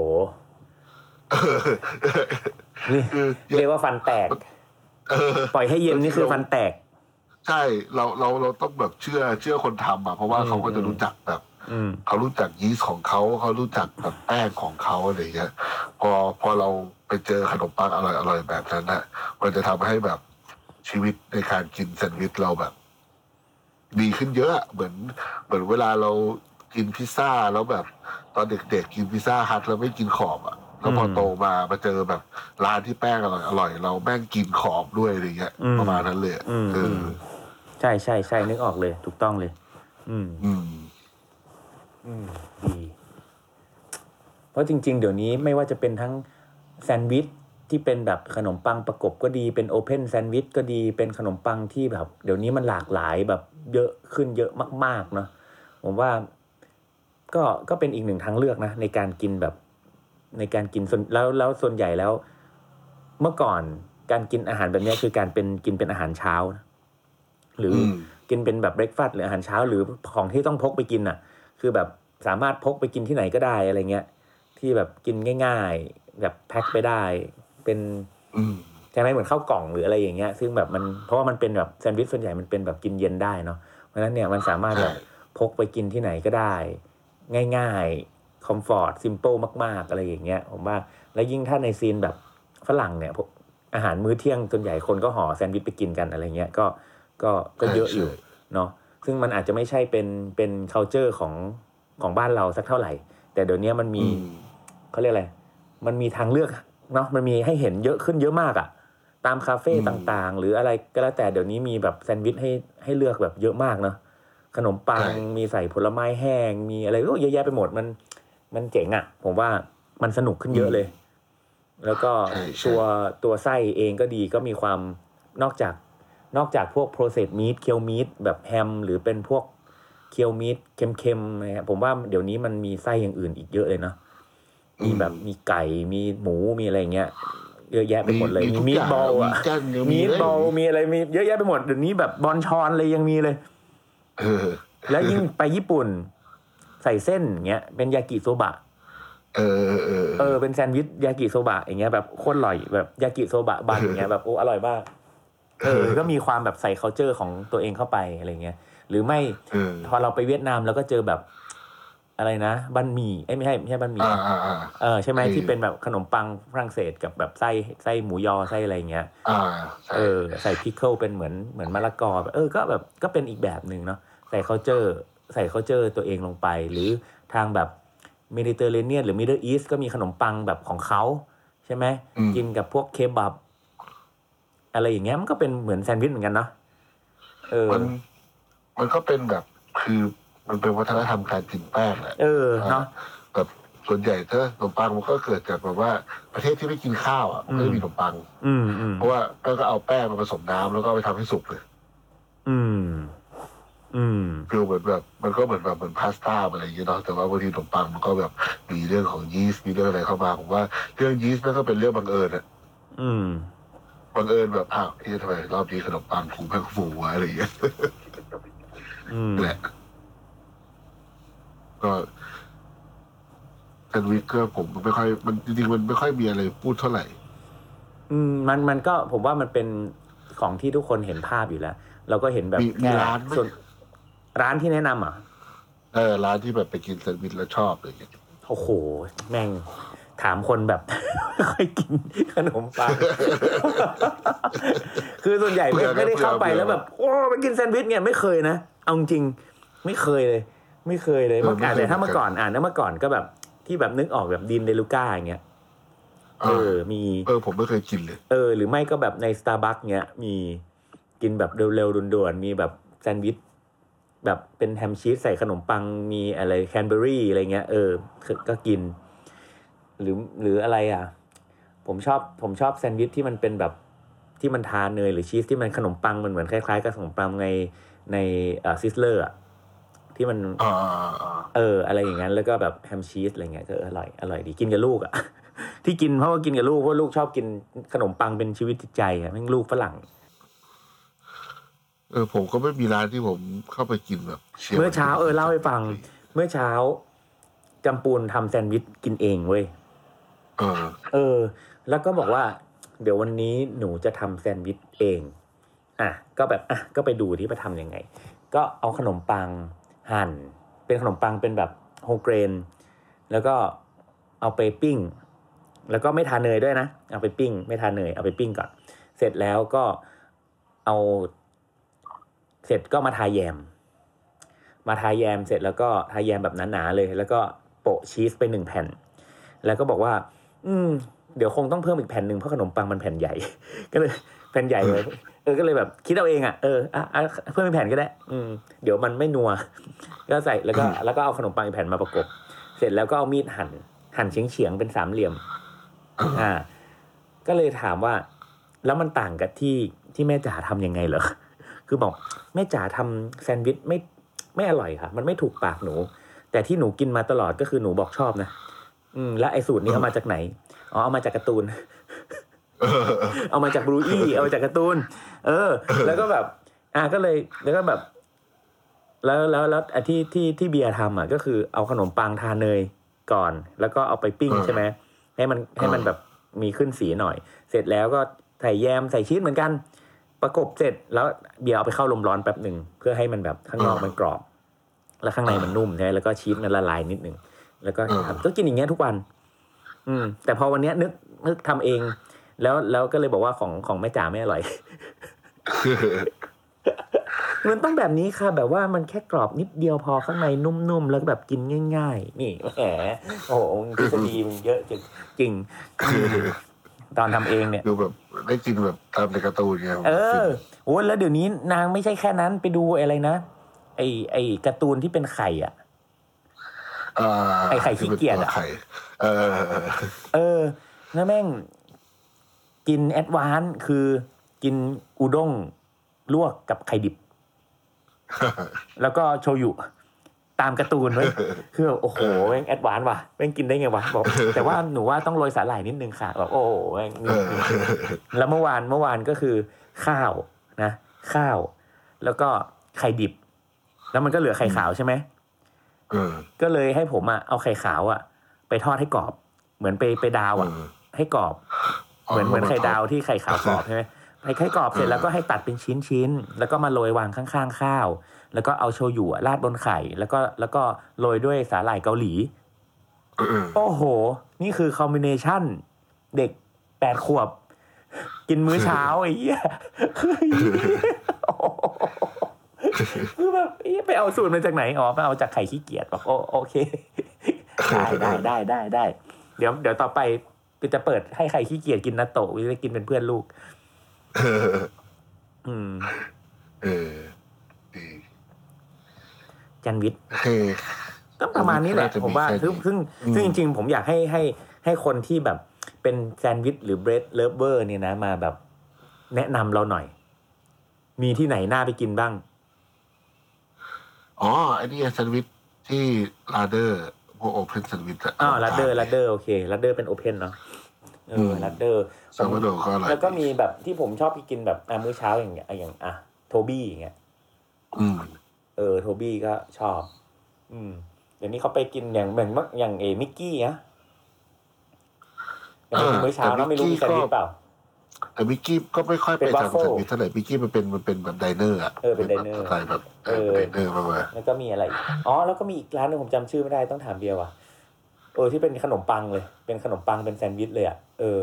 Speaker 3: นี่
Speaker 4: คือ
Speaker 3: เรียกว่าฟันแตก ปล่อยให้เย็นนี่คือฟันแตก
Speaker 4: ใช่เราเราเราต้องแบบเชื่อเชื่อคนทำอ่ะเพราะว่า
Speaker 3: อืม
Speaker 4: เขาก็จะรู้จักแบบ
Speaker 3: อืม
Speaker 4: เขารู้จักยีสต์ของเขาเขารู้จักแบบแป้งของเขาอะไรอย่างเงี้ยพอพอเราไปเจอขนมปังอร่อยอร่อยแบบนั้นนะมันจะทำให้แบบชีวิตในการกินแซนด์วิชเราแบบ ดีขึ้นเยอะอะเหมือนเหมือนเวลาเรากินพิซซ่าแล้วแบบ ตอนเด็กๆกินพิซซ่าฮัทแล้วไม่กินขอบอ่ะแล้วพออ
Speaker 3: ม
Speaker 4: โตมามาเจอแบบร้านที่แป้งอร่อยอร่อยเราแม่งกินขอบด้วยอะไรเงี้ย
Speaker 3: อืม
Speaker 4: ประมาณนั้นเลยอะ
Speaker 3: อืม
Speaker 4: เออ
Speaker 3: ใช่ใช่ใช่นึกออกเลย ถูกต้องเลย อืม
Speaker 4: อืม
Speaker 3: อืมดี เพราะจริง ๆ เดี๋ยวนี้ไม่ว่าจะเป็นทั้งแซนด์วิชที่เป็นแบบขนมปังประกบก็ดีเป็นโอเพนแซนด์วิชก็ดีเป็นขนมปังที่แบบ เดี๋ยวนี้มันหลากหลายแบบเยอะขึ้นเยอะมากๆเนาะผมว่าก็ก็เป็นอีกหนึ่งทางเลือกนะ ในการกินแบบ ในการกินส่วนแล้วแล้วส่วนใหญ่แล้ว เมื่อก่อนการกินอาหารแบบเนี้ยคือการเป็นกินเป็นอาหารเช้านะหรืออ
Speaker 4: ม
Speaker 3: กินเป็นแบบเบรกฟาสต์หรืออาหารเช้า หรือของที่ต้องพกไปกินอ่ะ คือแบบสามารถพกไปกินที่ไหนก็ได้อะไรเงี้ย ที่แบบกินง่าย ๆ แบบแพ็คไปได้ เป็น
Speaker 4: อืม
Speaker 3: ใช่ไหมเหมือนข้าวกล่องหรืออะไรอย่างเงี้ย ซึ่งแบบมันเพราะว่ามันเป็นแบบแซนด์วิชส่วนใหญ่มันเป็นแบบกินเย็นได้เนาะเพราะฉะนั้นเนี่ยมันสามารถแบบ
Speaker 4: ใช่
Speaker 3: พกไปกินที่ไหนก็ได้ ง่ายๆคอมฟอร์ตซิมเปิลมาก ๆ อะไรอย่างเงี้ยผมว่าแล้วยิ่งถ้าในซีนแบบฝรั่งเนี่ยพวกอาหารมื้อเที่ยงส่วนใหญ่คนก็ห่อแซนด์วิชไปกินกันอะไรเงี้ยก็ก็ก็เยอะอยู่
Speaker 4: ใช่
Speaker 3: เนาะซึ่งมันอาจจะไม่ใช่เป็นเป็น culture ของของบ้านเราสักเท่าไหร่ แต่เดี๋ยวนี้มันมี
Speaker 4: อืม
Speaker 3: เขาเรียกอะไร มันมีทางเลือกเนาะมันมีให้เห็นเยอะขึ้นเยอะมากอะตามคาเฟ่
Speaker 4: อืม
Speaker 3: ต่างๆ หรืออะไรก็แล้วแต่เดี๋ยวนี้มีแบบแซนด์วิชให้ให้เลือกแบบเยอะมากเนาะขนมปัง
Speaker 4: ใช่
Speaker 3: มีใส่ผลไม้แห้ง มีอะไรก็เยอะแยะไปหมดมันมันเจ๋งอะผมว่ามันสนุกขึ้นเยอะเลย แล้วก็
Speaker 4: ใช่ใช่
Speaker 3: ตัวตัวไส้เองก็ดีก็มีความนอกจากนอกจากพวก processed meat เคียวมีดแบบแฮม หรือเป็นพวกเคียวมีดเค็มๆนะครับผมว่าเดี๋ยวนี้มันมีไส้อย่างอื่นอีกเยอะเลยเนาะมีแบบมีไก่มีหมูมีอะไรอย่างเงี้ยเยอะแยะไปหมดเลย
Speaker 4: มี
Speaker 3: มี
Speaker 4: ทุก
Speaker 3: มี
Speaker 4: อ
Speaker 3: ด
Speaker 4: ย่าง
Speaker 3: บอลอะ
Speaker 4: มีแกง
Speaker 3: มีด
Speaker 4: อะไร
Speaker 3: บอลมีอะไรมีเยอะแยะไปหมดเดี๋ยวนี้แบบบอลชอนอะไรยังมีเลย
Speaker 4: เออ
Speaker 3: แล้วยิ่งไปญี่ปุ่น ใส่เส้นอย่างเงี้ยเป็นยากิโซบะ
Speaker 4: เออเออ
Speaker 3: เออเป็นแซนด์วิชยากิโซบะอย่างเงี้ยแบบโคตรอร่อยแบบยากิโซบะบันอย่างเงี้ยแบบโอ้อร่อยมากเออก็มีความแบบใส่ c u เจอร์ของตัวเองเข้าไปอะไรเงี้ยหรือไม่
Speaker 4: เออ
Speaker 3: พอเราไปเวียดนามเราก็เจอแบบอะไรนะบันหมี่เอ้ยไม่ใช่ไม่ใช่บันหมี่
Speaker 4: อ่าอ่าอ่า
Speaker 3: เออใช่ไหม
Speaker 4: ไอ้
Speaker 3: ที่เป็นแบบขนมปังฝรั่งเศสกับแบบไส้ไส้หมูยอไส้อะไรเงี้ย
Speaker 4: อ่า
Speaker 3: เออใส่พิคเกิลเป็นเหมือนเหมือนมะละกอแบบเออก็แบบก็เป็นอีกแบบหนึ่งเนาะใส่ c u เจอร์ใส่ c u เจอร์ตัวเองลงไป หรือทางแบบเมดิเตอร์เรเนียนหรือมิดเดิลอีสก็มีขนมปังแบบของเขา ใช่ไหม
Speaker 4: อืม
Speaker 3: กินกับพวกเคบับ อะไรอย่างเงี้ยมันก็เป็นเหมือนแซนด์วิชเหมือนกันเนาะเออ
Speaker 4: มันมันก็เป็นแบบคือมันเป็นวัฒนธรรมการกินแป้งแหละ
Speaker 3: เออเนาะ
Speaker 4: แบบส่วนใหญ่ถ้าขนมปังมันก็เกิดจากแบบว่าประเทศที่ไม่กินข้าวอ่ะมันก็จะมีขนมปัง
Speaker 3: อืมอืม
Speaker 4: เพราะว่าแป้งก็เอาแป้งมาผสมน้ำแล้วก็เอาไปทำให้สุกเลย
Speaker 3: อืมอืม
Speaker 4: ฟิลเหมือนแบบ มันก็เหมือนแบบเหมือนพาสต้าอะไรอย่างเงี้ยเนาะแต่ว่าบางทีขนมปังมันก็แบบมีเรื่องของยีสต์มีเรื่องอะไรเข้ามาผมว่าเรื่องยีสต์มันก็เป็นเรื่องบังเอิญอะ
Speaker 3: อืม
Speaker 4: บังเอิญแบบอ้าวเฮ้ยทำไมรอบนี้ขนมปังกูแม่งฟูวะอะไรอย่างเงี้ย
Speaker 3: อืม
Speaker 4: แหละก็แซนด์วิชก็ผมไม่ค่อย มันจริงๆมันไม่ค่อยมีอะไรพูดเท่าไหร่
Speaker 3: อืมมันมันก็ผมว่ามันเป็นของที่ทุกคนเห็นภาพอยู่แล้ว เราก็เห็นแบบ
Speaker 4: มีมี
Speaker 3: แค่
Speaker 4: ร้านไหม
Speaker 3: ส่วนร้านที่แนะนำอ่ะ
Speaker 4: เออร้านที่แบบไปกินแซนด์วิชแล้วชอบอะไรอย่างเงี้ย
Speaker 3: โอ้โห แม่งถามคนแบบ ไม่ค่อยกินขนมปัง คือส่วนใหญ่ไม่ไม่ได้เข้าไปแล้วแบบ โอ้ไปกินแซนด์วิชเนี่ยไม่เคยนะ เอาจริงๆไม่เคยเลย ไม่เคยเลยเมื่อก่อนแต่ถ้าเมื่อก่อนอ่านแล้วเมื่อก่อนก็แบบที่แบบนึกออกแบบดินเดลูก้าอย่างเงี้ย
Speaker 4: เอ
Speaker 3: เอ
Speaker 4: อ
Speaker 3: อมี
Speaker 4: เออ ผมไม่เคยกินเลย
Speaker 3: เออหรือไม่ก็แบบใน Starbucks เนี้ยมีกินแบบเร็วๆด่วนๆ มีแบบแซนด์วิชแบบเป็นแฮมชีสใส่ขนมปังมีอะไรแคนเบอรี่อะไรเงี้ยเออก็ก็กิน หรือหรืออะไรอ่ะ ผมชอบผมชอบแซนด์วิชที่มันเป็นแบบที่มันทาเนยหรือชีสที่มันขนมปังมันเหมือนคล้ายๆ กับขนมปังในในเอ่อซิสเลอร์อะที่มัน
Speaker 4: อ่าอ่าอ่า
Speaker 3: เอออะไรอย่างนั้นแล้วก็แบบแฮมชีสอะไรเงี้ยก็เอออร่อยอร่อยดีกินกับลูกอะ ที่กินเพราะว่ากินกับลูกเพราะลูกชอบกินขนมปังเป็นชีวิตจิตใจอะแม่งลูกฝรั่ง
Speaker 4: เออผมก็ไม่มีร้านที่ผมเข้าไปกินแบบชี่ยว
Speaker 3: เมื่อเช้าเออเล่าให้ฟัง เมื่อเช้าจำปูนทำแซนด์วิชกินเองเว้ย
Speaker 4: เออ
Speaker 3: เออ แล้วก็บอกว่า เดี๋ยววันนี้หนูจะทำแซนด์วิชเอง อ่ะ ก็แบบ อ่ะ ก็ไปดูที่ไปทำยังไง ก็เอาขนมปังหั่น เป็นขนมปังเป็นแบบโฮเกรน แล้วก็เอาไปปิ้ง แล้วก็ไม่ทาเนยด้วยนะ เอาไปปิ้ง ไม่ทาเนย เอาไปปิ้งก่อน เสร็จแล้วก็เอา เสร็จก็มาทาแยม มาทาแยมเสร็จแล้วก็ทาแยมแบบหนาๆเลย แล้วก็โปะชีสไปหนึ่งแผ่น แล้วก็บอกว่า อืม เดี๋ยวคงต้องเพิ่มอีกแผ่นหนึ่งเพราะขนมปังมันแผ่นใหญ่ ก็เลยแผ่นใหญ่เลย เออก็เลยแบบคิดเอาเองอ่ะเอออ่ะอ่ะเพิ่มอีกแผ่นก็ได้ อืม เดี๋ยวมันไม่นัว ก็ใส่แล้วก็แล้วก็เอาขนมปังอีกแผ่นมาประกบ เสร็จแล้วก็เอามีดหั่น หั่นเฉียงเฉียงๆเป็นสามเหลี่ยม อ่า ก็เลยถามว่า แล้วมันต่างกับที่ที่แม่จ๋าทำยังไงเหรอ คือบอกแม่จ๋าทำแซนด์วิชไม่ไม่อร่อยค่ะ มันไม่ถูกปากหนู แต่ที่หนูกินมาตลอดก็คือหนูบอกชอบนะอืม แล้วไอ้สูตรนี้เอามาจากไหนอ๋อเอามาจากการ์ตูน เอามาจากบลู อี้เอามาจากการ์ตูน เออ แล้วก็แบบ อ่ะก็เลย แล้วก็แบบ แล้วแล้วแล้วอ่ะที่ที่ที่เบียร์ทำอ่ะก็คือเอาขนมปังทาเนยก่อน แล้วก็เอาไปปิ้ง
Speaker 4: เออ
Speaker 3: ใช่ไหมให้มันให้มัน
Speaker 4: เออ
Speaker 3: แบบมีขึ้นสีหน่อย เสร็จแล้วก็ใส่แยมใส่ชีสเหมือนกัน ประกบเสร็จแล้วเบียร์เอาไปเข้าลมร้อนแป๊บหนึ่งเพื่อให้มันแบบข้างนอก
Speaker 4: เออ
Speaker 3: มันกรอบ แล้วข้างในมันนุ่มใช่ไหมแล้วก็ชีสมันละลายนิดหนึ่งแล้วก็
Speaker 4: เออ
Speaker 3: ทำก็กินอย่างเงี้ยทุกวัน อืม แต่พอวันเนี้ยนึกนึกทำเอง แล้วแล้วก็เลยบอกว่าของของแม่จ๋าไม่อร่อย มันต้องแบบนี้ค่ะ แบบว่ามันแค่กรอบนิดเดียวพอข้างในนุ่มๆ แล้วก็แบบกินง่าย ๆ นี่แหมโอ้โหมึงทฤษฎีมึงเยอะจริงจริงตอนทำเองเนี่ย
Speaker 4: ดูแบบได้กินแบบตามในการ์ตูนไงผม
Speaker 3: เออโอ้ยแล้วเดี๋ยวนี้นางไม่ใช่แค่นั้นไปดูอะไรนะ ไอไอการ์ตูนที่เป็นไข่อ่ะ
Speaker 4: า
Speaker 3: ไอ้ไข่ขี้เกียจอะ
Speaker 4: ไข่เออเออ
Speaker 3: เออแล้วแม่ง กินแอดวานซ์คือกินอุด้งลวกกับไข่ ดิบ แล้วก็โชยุตามการ์ตูนเว้ยคือแบบโอ้โหแม่งแอดวานซ์ว่ะแม่งกินได้ไงวะบอกแต่ว่าหนูว่าต้องโรยสาหร่ายนิดนึงค่ะแบบโอ้โหแม่งนิดนึง แล้วเมื่อวานเมื่อวานก็คือข้าวนะ ข้าว แล้วก็ไข่ดิบ แล้วมันก็เหลือไข่ขาวใช่ไหม
Speaker 4: เออ
Speaker 3: ก็เลยให้ผมอ่ะเอาไข่ขาวอ่ะ ไปทอดให้กรอบ เหมือนไปไปดาวอ่ะ
Speaker 4: อืม
Speaker 3: ให้กรอบ เหมือนเหมือนไข่ดาวที่ไข่ขาวกรอบใช่ไหมไข่ไข่กรอบเสร็จแล้วก็ให้ตัดเป็นชิ้นชิ้นๆแล้วก็มาโรยวางข้างๆข้าว แล้วก็เอาโชยุอะราดบนไข่ แล้วก็แล้วก็โรยด้วยสาหร่ายเกาหลี
Speaker 4: เออ
Speaker 3: โอ้โห นี่คือคอมบิเนชันเด็กแปดขวบ กินมื้อเช้า ไอ้เหี้ย คือไอ้เหี้ยโอ้โหคือแบบไอ้เหี้ยไปเอาสูตรมาจากไหนอ๋อไปเอาจากไข่ขี้เกียจบอกโอโอเค ได้ได้ได้ได้ได้ เดี๋ยวเดี๋ยวต่อไปกูจะเปิดให้ไข่ขี้เกียจกินนาโตะวิจะกินเป็นเพื่อนลูก อืม
Speaker 4: เออดี
Speaker 3: จันวิทย์
Speaker 4: โอเค
Speaker 3: ก็ประมาณนี้แหละ
Speaker 4: น่าจะมี
Speaker 3: ผมว่า
Speaker 4: แค่นี้
Speaker 3: ซึ่งซึ่ง
Speaker 4: อืม
Speaker 3: ซึ่งจริงๆ ผมอยากให้ให้ให้คนที่แบบเป็นแซนด์วิชหรือเบรดเลิฟเวอร์เนี่ยนะมาแบบแนะนำเราหน่อย มีที่ไหนน่าไปกินบ้าง
Speaker 4: อ๋อไอันนี้แซนด์วิชที่ลาเดอร์พวกโอเพนแซนด์วิชอะ
Speaker 3: อ้าวลัดเดอร์ลัดเดอร์โอเคลัดเดอร์เป็นโอเพนเนาะเออลัดเดอร์
Speaker 4: ซาวโดก็อร่อย
Speaker 3: แล้วก็มีแบบที่ผมชอบไปกินแบบอ่ะมื้อเช้าอย่างเงี้ยอ่ะอย่างอ่ะโทบี้อย่างเงี้ย
Speaker 4: อืม
Speaker 3: เออโทบี้ก็ชอบ อืม เดี๋ยวนี้เขาไปกินอย่างเหมือนมักอย่างเอมิกกี้นะ
Speaker 4: เออ
Speaker 3: มื้อเช้า
Speaker 4: แต่
Speaker 3: เนาะไม่รู้มี
Speaker 4: Mickey
Speaker 3: แซนด์วิช
Speaker 4: ก็
Speaker 3: เปล่า
Speaker 4: แต่มิกกี้ก็ไม่ค่อยไป
Speaker 3: เป็น
Speaker 4: ทำแซ
Speaker 3: waffle
Speaker 4: นด์วิชเท่าไหร่มิกกี้มันเป็นมันเป็นแบบไดเนอร์อะ
Speaker 3: เออเป็น diner
Speaker 4: สไตล์แบบเออ
Speaker 3: เออ
Speaker 4: ไดเนอร์ประมาณ
Speaker 3: แล้วก็มีอะไรอีกอ๋อ แล้วก็มีอีกร้านหนึงผมจำชื่อไม่ได้ต้องถามเบียร์ว่ะ เออที่เป็นขนมปังเลย เป็นขนมปังเป็นแซนด์วิชเลยอ่ะ เออ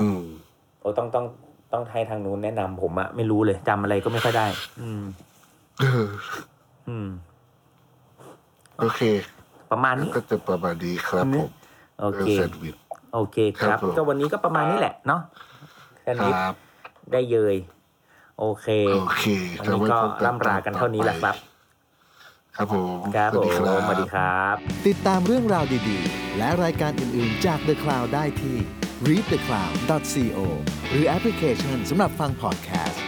Speaker 4: อืม
Speaker 3: โอ้ต้องต้องต้องให้ทางนู้นแนะนำผมอะไม่รู้เลยจำอะไรก็ไม่ค่อยได้ อืม
Speaker 4: เออ
Speaker 3: อืม
Speaker 4: โอเค
Speaker 3: ประมาณนี้
Speaker 4: ก็จะประมาณนี้ครับผม
Speaker 3: โอเค
Speaker 4: แซนด์วิช
Speaker 3: โอเคค
Speaker 4: ค
Speaker 3: รับ
Speaker 4: รับผม
Speaker 3: ก็วันนี้ก็ประมาณนี้แหละเนาะแซนด์วิช
Speaker 4: ครับ
Speaker 3: ได้เยย โอเค
Speaker 4: โอเค
Speaker 3: วัน
Speaker 4: จะ
Speaker 3: นี้
Speaker 4: ไว้
Speaker 3: ก็
Speaker 4: พบน
Speaker 3: ล่ำรากันเท่านี้แหละครับ
Speaker 4: ครับผม
Speaker 3: ครับผมส
Speaker 4: บ
Speaker 3: วัสดีครับ
Speaker 1: ติดตามเรื่องราวดีๆ และรายการอื่น ๆ จาก The Cloud ได้ที่ readthecloud.co หรือแอปพลิเคชันสำหรับฟัง podcast